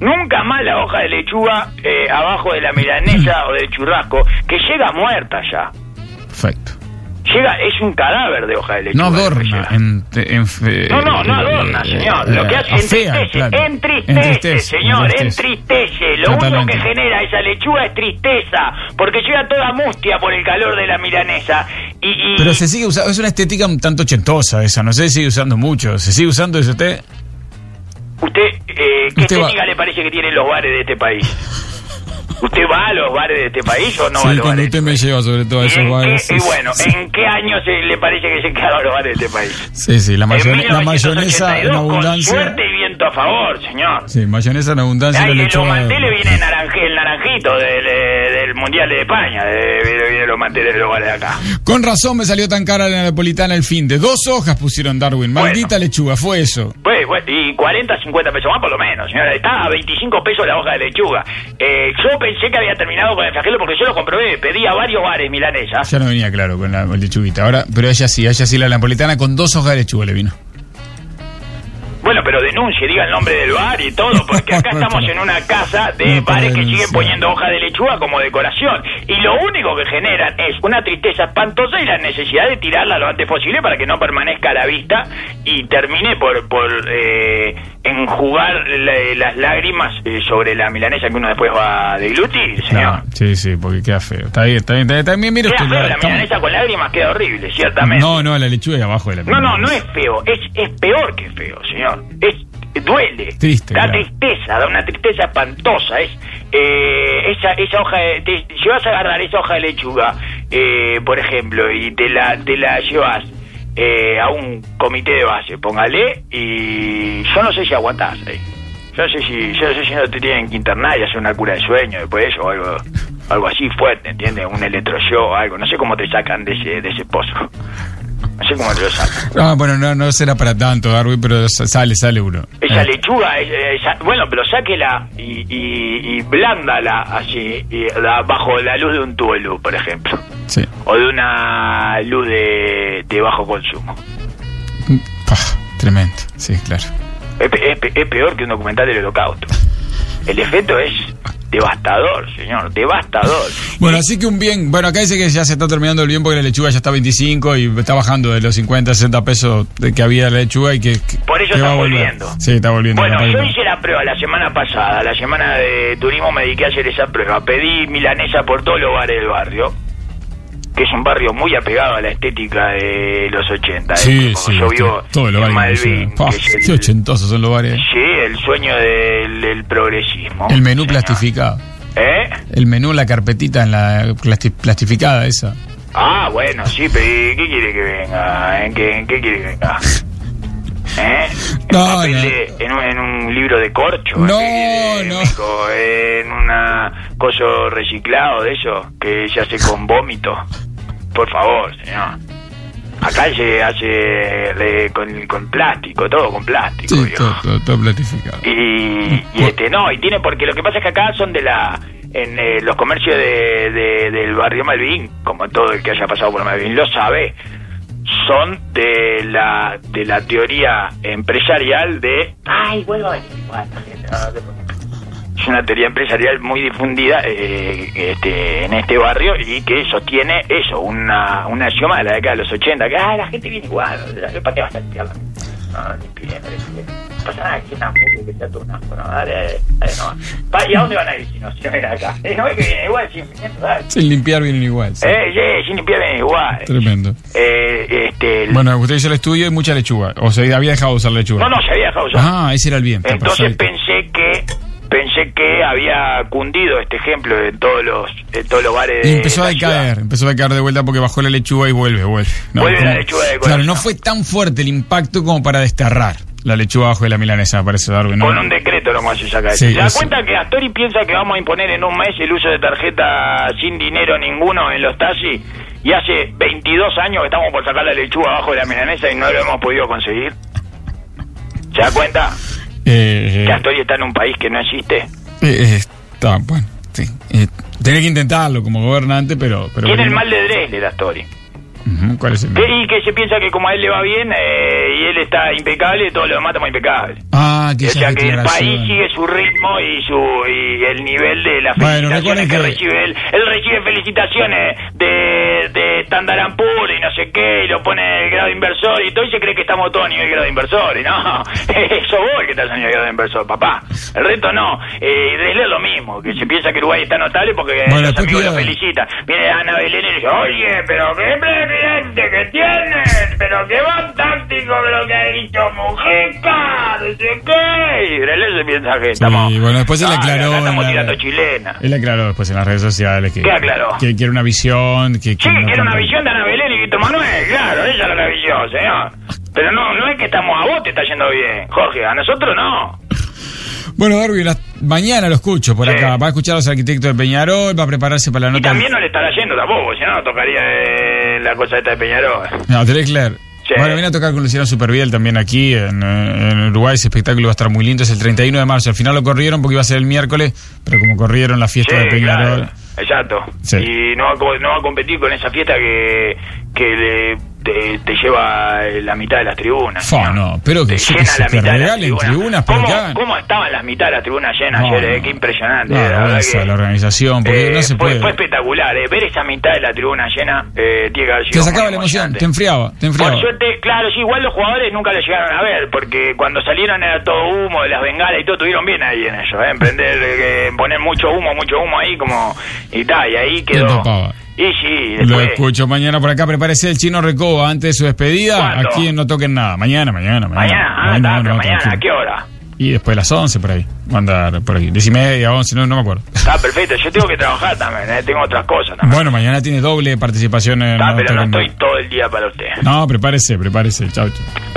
B: Nunca más la hoja de lechuga eh,
A: Mm.
B: abajo de la milanesa o del churrasco, que llega muerta ya.
A: Perfecto.
B: Llega, es un cadáver de hoja de lechuga.
A: No adorna. En, en fe-
B: No, no, no adorna,
A: eh,
B: señor. Lo que hace
A: afea,
B: entristece,
A: claro.
B: entristece,
A: Entristece,
B: señor,
A: entristece.
B: entristece. Lo único
A: Totalmente.
B: que genera esa lechuga es tristeza, porque llega toda mustia por el calor de la milanesa. Y, y-
A: Pero se sigue usando, es una estética un tanto ochentosa esa, no sé si sigue usando mucho. ¿Se sigue usando ese té?
B: usted, eh, ¿qué
A: Usted va-
B: técnica le parece que tienen los bares de este país? ¿Usted va a los bares de este país o no va a
A: sí,
B: los
A: cuando
B: bares?
A: usted me lleva sobre todo a
B: ¿Y,
A: esos
B: en qué-
A: bares.
B: Eh, y bueno, eh, ¿en qué año se le parece que se quedaron los bares de este país?
A: Sí, sí, la,
B: En
A: mayone- la mayonesa en
B: 1982, Con
A: abundancia.
B: suerte y viento a favor, señor.
A: Sí, mayonesa en abundancia y
B: Ay,
A: la
B: en los
A: lechuga.
B: manteles viene naranje- el naranjito del, eh, del Mundial de España, de, viene, viene los manteles de los bares de acá.
A: Con razón me salió tan cara la napolitana el fin de. Dos hojas pusieron Darwin. Maldita lechuga, fue eso.
B: Pues, pues, y 40, 50 pesos más por lo menos, señora. Está a 25 pesos la hoja de lechuga. Eh, yo pensé que había terminado con el flagelo porque yo lo comprobé. Pedí a varios bares milanesas.
A: Ya no venía claro con la lechuguita. Ahora, pero ella sí, a ella sí la napolitana con dos hojas de lechuga le vino.
B: Bueno, pero denuncie, diga el nombre del bar y todo,
A: *laughs*
B: porque acá estamos en una casa de
A: No para
B: bares que siguen
A: denunciar.
B: poniendo hoja de lechuga como decoración. Y lo único que generan es una tristeza espantosa y la necesidad de tirarla lo antes posible para que no permanezca a la vista y termine por, por eh, enjugar la- las lágrimas eh, sobre la milanesa que uno después va a deglutir, señor.
A: No, sí, sí, porque queda feo. Está bien, está bien, está bien. También mire
B: Queda
A: usted,
B: feo,
A: la-
B: la
A: estamos-
B: milanesa con lágrimas queda horrible, ciertamente.
A: No, no, la lechuga es abajo de la
B: No, no, no es feo, es, es peor que feo, señor. Es duele.
A: Triste,
B: Da
A: claro.
B: tristeza, da una tristeza espantosa. Es eh, esa esa hoja de, te- si vas a agarrar esa hoja de lechuga, eh, por ejemplo, y te la te la llevas eh, a un comité de base, póngale, y yo no sé si aguantás ahí. Yo no sé si, yo no sé si no te tienen que internar y hacer una cura de sueño después de eso o algo, algo así fuerte, ¿entiendes? Un electroshock, algo. No sé cómo te sacan de ese, de ese pozo. No sé cómo te lo sacan.
A: Ah, bueno, no, no será para tanto, Darwin, pero sa- sale, sale uno.
B: Esa lechuga, eh, esa- bueno, pero sáquela y, y, y blándala así, y la- bajo la luz de un tubo de luz, por ejemplo.
A: Sí.
B: O de una luz de, de bajo consumo.
A: Pah, tremendo, sí, claro.
B: Es, pe- es pe- es peor que un documental del holocausto. El efecto es devastador, señor, devastador.
A: Bueno, así que un bien. Bueno, acá dice que ya se está terminando el bien porque la lechuga ya está a 25 y está bajando de los 50, 60 pesos de que había la lechuga y que. que-
B: Por ello
A: que
B: está
A: va a volver.
B: volviendo.
A: Sí, está volviendo.
B: Bueno,
A: capaz que
B: yo
A: no.
B: hice la prueba la semana pasada, la semana de turismo me dediqué a hacer esa prueba. Pedí milanesa por todos los bares del barrio, que es un barrio muy apegado a la estética de los 80. ¿eh?
A: Sí,
B: Como
A: sí.
B: yo
A: sí,
B: vivo
A: todos los
B: en
A: bares. que
B: Malvin,
A: mencionan. Pah,
B: que es el-
A: qué ochentosos son los bares.
B: Sí, el sueño del, del progresismo.
A: El menú plastificado.
B: ¿Eh?
A: El menú, la carpetita en la plasti- plastificada esa.
B: Ah, bueno, sí, pero ¿y ¿qué quiere que venga? ¿En qué, en qué quiere
A: *laughs*
B: que venga? ¿Eh? ¿En,
A: No,
B: papel
A: no.
B: de- en un, en un libro de corcho? ¿eh?
A: No,
B: ¿En
A: no.
B: México? ¿En una cosa reciclado de eso? Que se hace con vómito. Por favor, señor. Acá se hace eh, con, con plástico, todo con plástico.
A: Sí,
B: digo.
A: todo, todo, todo plastificado.
B: Y, y este, no, y tiene, porque lo que pasa es que acá son de la. En eh, los comercios de, de- del barrio Malvin, como todo el que haya pasado por Malvin lo sabe, son de la, de la teoría empresarial de. Ay, vuelvo a venir. Bueno, no te preocupes. es una teoría empresarial muy difundida eh, este, en este barrio y que sostiene eso, una, una idioma de la década de los 80, que ah, la gente viene igual, ¿para qué vas a tirar? No, ni pide, ni pide. No pasa nada, que una puta que está turnando, no, dale, dale, dale, no. Pa, ¿Y a dónde van a ir si no se ven acá? *laughs* Eh, no, es que viene igual, sin dale.
A: Sin limpiar vienen igual. sí.
B: Eh, sí, sin limpiar viene igual.
A: Tremendo.
B: Eh, este, el-
A: Bueno, usted hizo el estudio y mucha lechuga. O se había dejado de usar lechuga.
B: No, no, se había dejado de usar.
A: Ah, ese era el bien. está
B: Entonces
A: perfecto.
B: pensé que pensé que había cundido este ejemplo de todos los de todos los bares
A: Y
B: de
A: empezó a
B: eh, la ciudad.
A: decaer, empezó a decaer de vuelta porque bajó la lechuga y vuelve, vuelve.
B: Vuelve la
A: como-
B: lechuga de
A: Claro, no fue tan fuerte el impacto como para desterrar la lechuga bajo de la milanesa, me parece Darwin. ¿no?
B: Con un decreto lo más se saca eso.
A: Sí,
B: ¿Se da
A: eso.
B: cuenta que Astori piensa que vamos a imponer en un mes el uso de tarjeta sin dinero ninguno en los taxis? Y hace 22 años que estamos por sacar la lechuga abajo de la milanesa y no lo hemos podido conseguir. ¿Se da cuenta
A: Eh,
B: que Astori está en un país que no existe?
A: eh, eh, está, bueno, sí. Eh, tenía que intentarlo como gobernante, pero... pero
B: Tiene el
A: bueno.
B: mal de Dresler Astori.
A: Ujú, ¿Cuál es el mal?
B: Que- Y que se piensa que como a él le va bien eh, y él está impecable, todos los demás estamos impecables.
A: Ah, que
B: O
A: ya
B: sea que el país
A: declaración.
B: sigue su ritmo y su y el nivel de las
A: Bueno,
B: felicitaciones
A: recuerden
B: que,
A: que-
B: recibe él. Él recibe felicitaciones de, de estándar Poor's y no sé qué, y lo pone en el grado inversor, y todo y se cree que estamos todos a nivel grado inversor, y no, *laughs* eso vos el que estás a nivel grado inversor, papá. El resto no, eh, es lo mismo, que se piensa que Uruguay está notable porque eh,
A: Bueno,
B: los
A: después
B: amigos lo
A: cuidado.
B: felicitan. Viene Ana Belén y le dice, oye, pero qué presidente que tienes, pero qué fantástico lo que ha dicho Mujica, no sé qué, y Grelé se piensa que estamos...
A: Y bueno, después él
B: Ah,
A: aclaró.
B: acá
A: en
B: estamos
A: la-
B: tirando chilena.
A: él aclaró después en las redes sociales que,
B: ¿Qué aclaró?
A: que quiere una visión. Que, que
B: Sí,
A: no
B: que era una
A: contra-
B: visión de Ana Belén y Víctor Manuel, claro, esa era la visión, señor. Pero no, no es que estamos a vos te está yendo bien, Jorge, a nosotros no.
A: Bueno, Darby, las- mañana lo escucho por acá. Va a escuchar a los arquitectos de Peñarol, va a prepararse para la nota.
B: Y también no le estará yendo tampoco, si no, no tocaría eh, la cosa esta de Peñarol.
A: No, Drexler.
B: Sí.
A: Bueno, viene a tocar con Luciano Superviel también aquí en, eh, en Uruguay. Ese espectáculo va a estar muy lindo. Es el 31 de marzo. Al final lo corrieron porque iba a ser el miércoles, pero como corrieron la fiesta
B: Sí,
A: de Peñarol.
B: claro, exacto.
A: Sí.
B: Y no va, a co- no va a competir con esa fiesta que, que le- te, te lleva eh, la mitad de las tribunas.
A: Fa, no, pero que,
B: Te
A: yo qué
B: llena
A: sé,
B: la
A: que
B: mitad de las
A: regalen
B: tribunas.
A: tribunas, pero
B: ¿Cómo,
A: que hagan-
B: ¿Cómo estaban las mitad de las tribunas llenas
A: No,
B: ayer? eh?
A: no.
B: Qué impresionante.
A: No,
B: la verdad
A: vergüenza
B: que-
A: la organización, porque
B: Eh,
A: no se
B: fue,
A: puede.
B: fue espectacular, eh. ver esa mitad de la tribuna llena eh, tiene que haber sido
A: te sacaba
B: muy
A: la emoción,
B: emocionante.
A: te enfriaba, te enfriaba.
B: Por suerte, claro, sí, igual los jugadores nunca lo llegaron a ver, porque cuando salieron era todo humo de las bengalas y todo, tuvieron bien ahí en ellos, ¿eh? Emprender, eh, poner mucho humo, mucho humo ahí, como. Y tal, y ahí
A: Te
B: quedó.
A: tapaba.
B: Y sí,
A: Lo
B: después.
A: escucho mañana por acá. Prepárese el chino Recoba antes de su despedida.
B: ¿Cuándo?
A: Aquí no toquen nada. Mañana, mañana, mañana.
B: Mañana, ah,
A: Hoy no,
B: está,
A: no,
B: pero mañana,
A: tranquilo.
B: ¿a qué hora?
A: Y después de las 11 por ahí. Va a andar por aquí. 10 y media, 11, no, no me acuerdo.
B: Está perfecto, yo tengo que trabajar también, ¿eh? tengo otras cosas también.
A: Bueno, mañana tiene doble participación en.
B: Está, Ah, pero no
A: Toquen Nada.
B: estoy todo el día para usted.
A: No, prepárese, prepárese. Chao, chao.